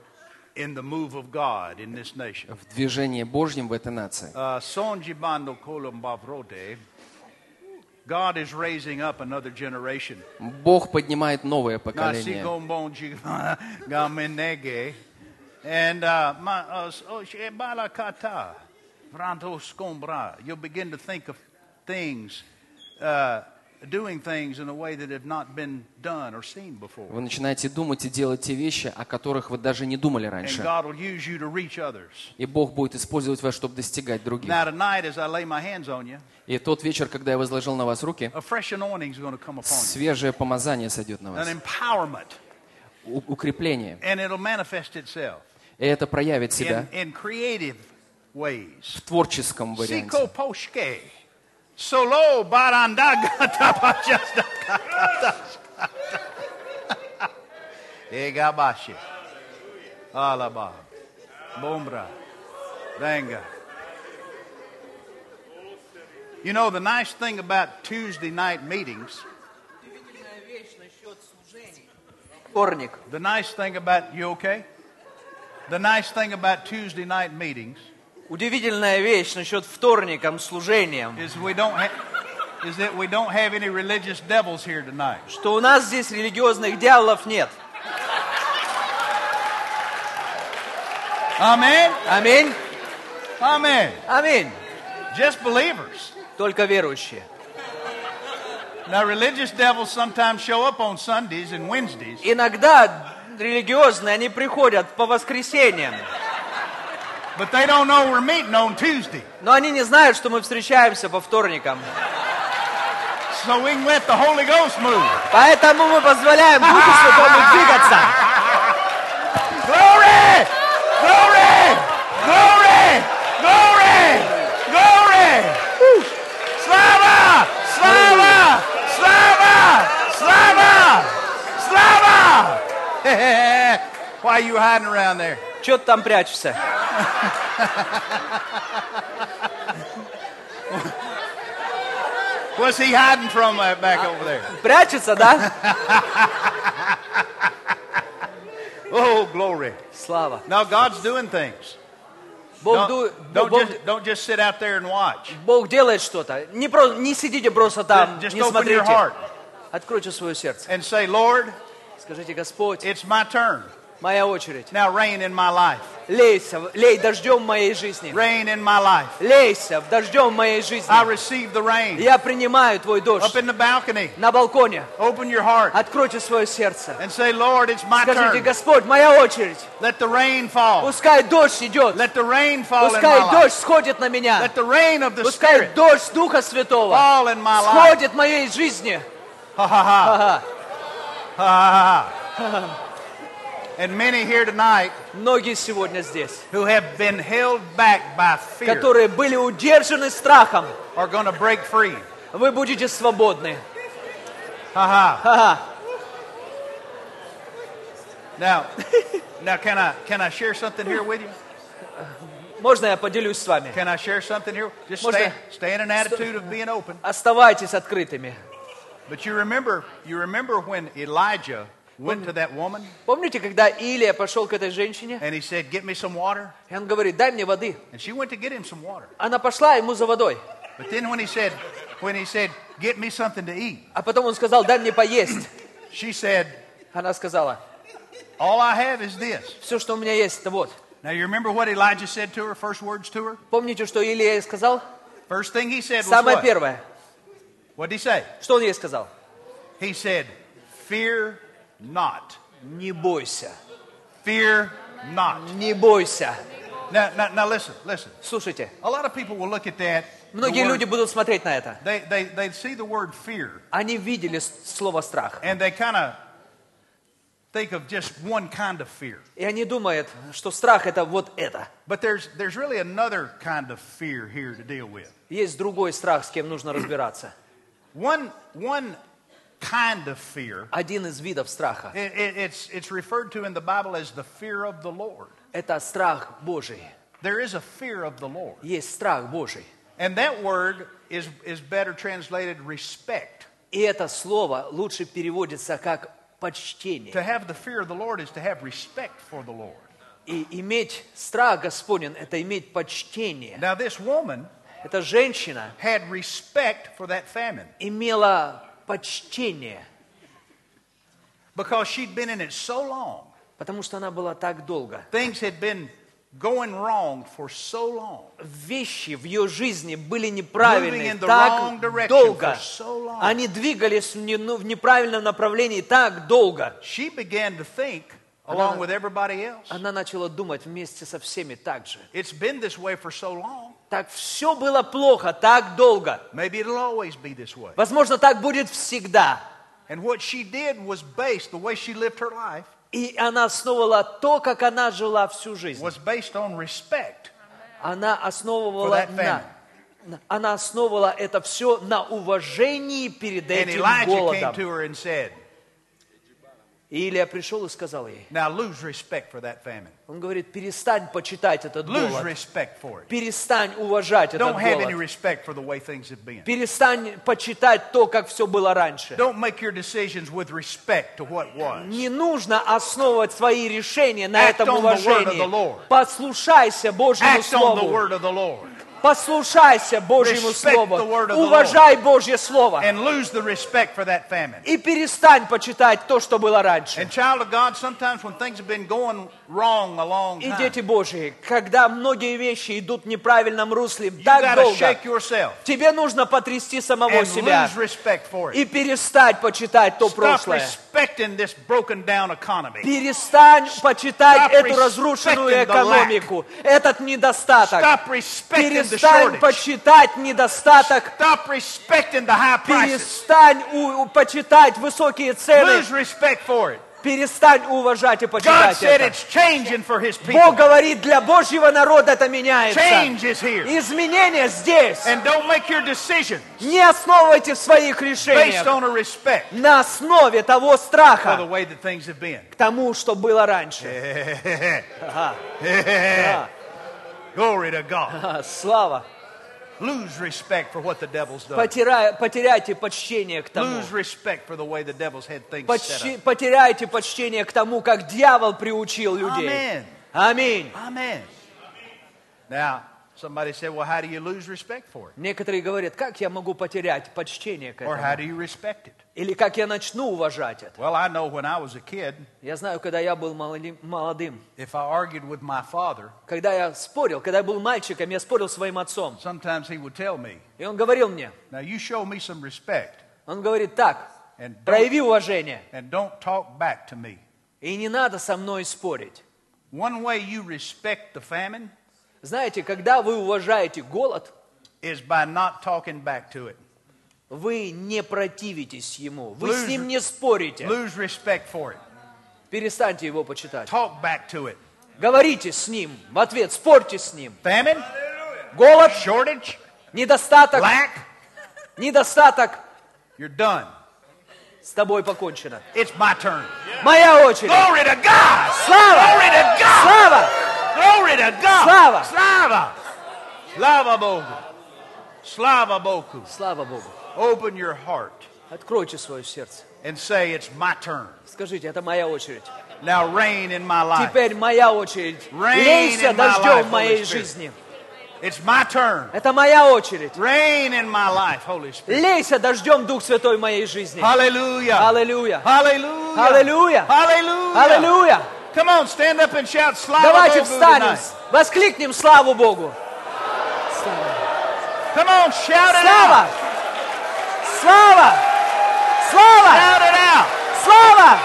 S1: in the move of God in this nation.
S5: в движении Божьем в этой нации.
S1: Uh, Sonjibando kolombavrote. God is raising up another generation.
S5: Бог поднимает новое поколение.
S1: Nasigombonji <laughs> gamenege. And uh, my, uh, so- she- balakata, vranto skombra. You'll begin to think of things, uh, doing things in a way that have not been done or seen before.
S5: Вы начинаете думать и делать те вещи, о которых вы даже не думали
S1: And
S5: раньше.
S1: God will use you to reach others.
S5: И Бог будет использовать вас, чтобы достигать других.
S1: Now, tonight, as I lay my hands on you,
S5: И тот вечер, когда я возложил на вас руки,
S1: a fresh anointing is going to come upon
S5: свежее помазание сойдет на
S1: you, an
S5: вас.
S1: empowerment,
S5: У- Укрепление.
S1: and it'll manifest itself
S5: И это проявит
S1: in,
S5: себя
S1: in creative ways.
S5: в творческом
S1: Siko
S5: варианте.
S1: Poshke. Solo Barandaga Tapachasta. <laughs> Egabashi. Alaba. Bombra. Danga. You know, the nice thing about Tuesday night meetings,
S2: Вторник.
S1: the nice thing about, you okay? The nice thing about Tuesday night meetings
S2: Удивительная вещь насчет вторником служением,
S1: is we don't have, is that we don't have any religious devils here tonight.
S2: что у нас здесь религиозных дьяволов нет.
S1: Amen?
S2: Аминь.
S1: Amen.
S2: Аминь.
S1: Just believers.
S2: Только верующие.
S1: Now, religious devils sometimes show up on Sundays and Wednesdays,
S2: Иногда религиозные, они приходят по воскресеньям,
S1: but they don't know we're meeting on Tuesday.
S2: но они не знают, что мы встречаемся по вторникам.
S1: So we can let the Holy Ghost move.
S2: Поэтому мы позволяем Духу Святому двигаться.
S1: Glory! Glory! Glory! Glory! Glory! Woo! Slava! Slava! Slava! Slava! Slava! <laughs> Why are you hiding around there?
S2: Че ты там прячешься?
S1: What's he hiding from uh, back over there?
S2: Прячется, да?
S1: Oh, glory.
S2: Слава.
S1: Now, God's doing things.
S2: Бог, ду-
S1: Don't, don't
S2: Бог-
S1: just, don't just sit out there and watch.
S2: Бог делает что-то. Не, про- не сидите просто там,
S1: Just
S2: не
S1: open your
S2: смотрите.
S1: heart
S2: Откройте свое сердце.
S1: and say, Lord,
S2: Скажите, Господь,
S1: it's my turn.
S2: моя очередь.
S1: Now rain in my life.
S2: Лейся, лей дождем моей жизни.
S1: Rain in my life.
S2: Лейся в дождем моей жизни.
S1: I receive the rain.
S2: Я принимаю твой
S1: Up
S2: дождь
S1: in the balcony,
S2: на балконе.
S1: open your heart
S2: Откройте свое сердце.
S1: and say, Lord, it's my
S2: Скажите,
S1: turn.
S2: Господь, моя очередь.
S1: Let the rain fall.
S2: Пускай дождь идет.
S1: Let the rain fall in
S2: Пускай
S1: my
S2: дождь
S1: life.
S2: сходит на меня.
S1: Let the rain of the
S2: Пускай
S1: Spirit
S2: дождь Духа Святого
S1: fall in my life.
S2: сходит в моей жизни.
S1: Ha ha ha.
S2: Ага.
S1: Ha ha <laughs> ha. And many here tonight
S2: Многие сегодня здесь,
S1: who have been held back by fear
S2: которые были удержаны страхом,
S1: are going to break free.
S2: вы будете свободны.
S1: Ha ha.
S2: Ага.
S1: Now, now can I can I share something here with you?
S2: Можно я поделюсь с вами?
S1: Can I share something here? Just
S2: Можно-
S1: stay, stay in an attitude of being open.
S2: Оставайтесь открытыми.
S1: But you remember, you remember when Elijah went to that woman
S2: Помните, когда Илия пошел к этой женщине,
S1: and he said, "Get me some water,"
S2: и он говорит, дай мне воды.
S1: and she went to get him some water.
S2: Она пошла ему за водой,
S1: But then when he said, when he said, "Get me something to eat,"
S2: а потом он сказал, дай мне поесть.
S1: she said,
S2: Она сказала,
S1: "All I have is this."
S2: все, что у меня есть, это вот.
S1: Now you remember what Elijah said to her? First words to her.
S2: Помните, что Илия сказал?
S1: First thing he said was
S2: Самое
S1: what?
S2: первое.
S1: What did he say?
S2: Что он ей сказал?
S1: He said, Fear not.
S2: Не бойся,
S1: Fear not.
S2: не бойся.
S1: Now, now, now listen, listen.
S2: Слушайте,
S1: A lot of people will look at that. the
S2: многие
S1: word-
S2: люди будут смотреть на это.
S1: they, they, they see the word fear
S2: Они видели с- слово страх.
S1: and they kind of think of just one kind of fear.
S2: И они думают, что страх это вот это.
S1: But there's, there's really another kind of fear here to deal with.
S2: Есть другой страх, с кем нужно разбираться.
S1: One, one kind of fear,
S2: Один из видов страха
S1: i- i it's, it's referred to in the Bible as the fear of the Lord.
S2: – это страх Божий.
S1: There is a fear of the Lord.
S2: Есть страх Божий.
S1: And that word is, is better translated respect.
S2: И это слово лучше переводится как почтение.
S1: To have the fear of the Lord is to have respect for the Lord.
S2: И иметь страх Господен – это иметь почтение.
S1: Now, this woman
S2: Эта женщина
S1: had respect for that famine
S2: имела почтение,
S1: because she'd been in it so long.
S2: потому что она была так долго.
S1: Things had been going wrong for so long.
S2: Вещи в ее жизни были
S1: Moving
S2: неправильные
S1: in the wrong direction
S2: так долго.
S1: for so long.
S2: Они двигались в не- ну, в неправильном направлении так долго.
S1: She began to think, along with everybody else,
S2: Она начала думать вместе со всеми так же.
S1: it's been this way for so long.
S2: Так все было плохо, так долго.
S1: Maybe it'll always be this way.
S2: Возможно, так будет всегда.
S1: And what she did was based, the way she lived her life,
S2: И она основывала то, как она жила всю жизнь.
S1: was based on respect.
S2: Она
S1: For
S2: основывала
S1: that
S2: на, на- она основывала это все на уважении перед
S1: And
S2: этим
S1: Elijah came to
S2: голодом.
S1: her and said,
S2: И Илия пришел и сказал ей,
S1: Now lose respect for that famine.
S2: он говорит, перестань почитать этот
S1: Lose
S2: голод,
S1: respect for it.
S2: перестань уважать этот
S1: Don't have any
S2: голод,
S1: respect for the way things have been.
S2: перестань почитать то, как все было раньше.
S1: Don't make your decisions with respect to what was.
S2: Не нужно основывать свои решения
S1: Act
S2: на этом
S1: on the word of the
S2: уважении.
S1: Lord.
S2: Послушайся Божьему
S1: Act on the
S2: Слову.
S1: word of the Lord
S2: Послушайся Божьему
S1: Respect
S2: Слову.
S1: the word of the Lord.
S2: Уважай Божье Слово.
S1: and lose the respect for that famine.
S2: И перестань почитать то, что было раньше.
S1: And child of God, sometimes when things have been going wrong a long
S2: И
S1: time,
S2: дети Божьи, когда многие вещи идут в неправильном русле
S1: you
S2: так
S1: gotta
S2: долго,
S1: shake yourself
S2: тебе нужно потрясти самого
S1: and
S2: себя
S1: lose respect for
S2: и
S1: it.
S2: перестать почитать то
S1: Stop
S2: прошлое.
S1: respecting this broken down economy.
S2: Перестань почитать
S1: Stop
S2: эту разрушенную
S1: respecting the lack.
S2: экономику, этот недостаток.
S1: Stop respecting the
S2: Перестань
S1: shortage.
S2: почитать недостаток.
S1: Stop respecting the high prices.
S2: Перестань у- у- почитать высокие цены.
S1: Lose respect for it.
S2: Перестань уважать и
S1: God
S2: почитать
S1: said
S2: это.
S1: it's changing for His
S2: Бог
S1: people.
S2: говорит, для Божьего народа это меняется.
S1: Change is here.
S2: Изменения здесь.
S1: And don't make your decisions
S2: Не основывайте в своих
S1: based
S2: решениях
S1: on a respect
S2: на основе того
S1: for the
S2: страха
S1: way that things have been.
S2: к тому, что было раньше.
S1: <laughs> Glory to God.
S2: А, Слава.
S1: Lose respect for what the devil's done.
S2: Потеря- Потеряйте почтение к тому.
S1: Lose respect for the way the devil's had things
S2: Почти-
S1: set
S2: Потеряйте почтение к тому, как дьявол приучил
S1: up.
S2: людей.
S1: Amen.
S2: Аминь.
S1: Amen. Now, somebody said, well, how do you lose respect for it?
S2: Некоторые говорят, как я могу потерять почтение к
S1: Or how
S2: этому?
S1: do you respect it?
S2: Или как я начну уважать это?
S1: Well, I know when I was a kid,
S2: Я знаю, когда я был молоди- молодым,
S1: if I argued with my father,
S2: когда я спорил, когда я был мальчиком, я спорил с своим отцом.
S1: sometimes he would tell me,
S2: И он говорил мне,
S1: now you show me some respect
S2: он говорит так,
S1: and don't,
S2: прояви уважение,
S1: and don't talk back to me.
S2: и не надо со мной спорить.
S1: One way you respect the famine
S2: Знаете, когда вы уважаете голод,
S1: is by not talking back to it.
S2: вы не противитесь ему, вы
S1: Lose-
S2: с ним не спорите.
S1: Lose respect for it.
S2: Перестаньте его почитать.
S1: Talk back to it.
S2: Говорите с ним в ответ, спорьте с ним.
S1: Famine,
S2: Голод,
S1: shortage,
S2: недостаток,
S1: lack,
S2: недостаток,
S1: you're done.
S2: с тобой покончено.
S1: It's my turn.
S2: Моя очередь.
S1: Glory to God. Glory to
S2: Слава!
S1: God.
S2: Слава!
S1: Glory to God.
S2: Slava.
S1: Slava. Slava Bogu. Slava Bogu.
S2: Слава Богу.
S1: Open your heart
S2: Откройте свое сердце.
S1: and say, It's my turn.
S2: Скажите, это моя очередь.
S1: Now reign in my life.
S2: Теперь моя очередь.
S1: Reign
S2: Лейся
S1: А. in my life,
S2: дождем
S1: Holy
S2: моей
S1: Spirit.
S2: жизни.
S1: It's my turn.
S2: Это моя очередь.
S1: Reign in my life, Holy Spirit.
S2: Лейся дождем Дух Святой моей жизни.
S1: Hallelujah.
S2: Аллилуйя.
S1: Hallelujah.
S2: Hallelujah.
S1: Hallelujah.
S2: Аллилуйя.
S1: Come on, stand up and shout Slava
S2: Давайте
S1: Bogu
S2: встанем.
S1: tonight.
S2: Воскликнем славу Богу. Слава.
S1: Come on, shout it out.
S2: Слава. Слава! Слава!
S1: Shout it out!
S2: Слава!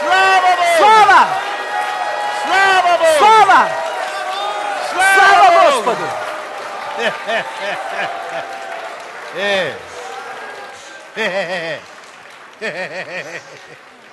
S1: Slava Bogu!
S2: Слава!
S1: Slava Bogu!
S2: Слава! Слава Господу!
S1: Yes.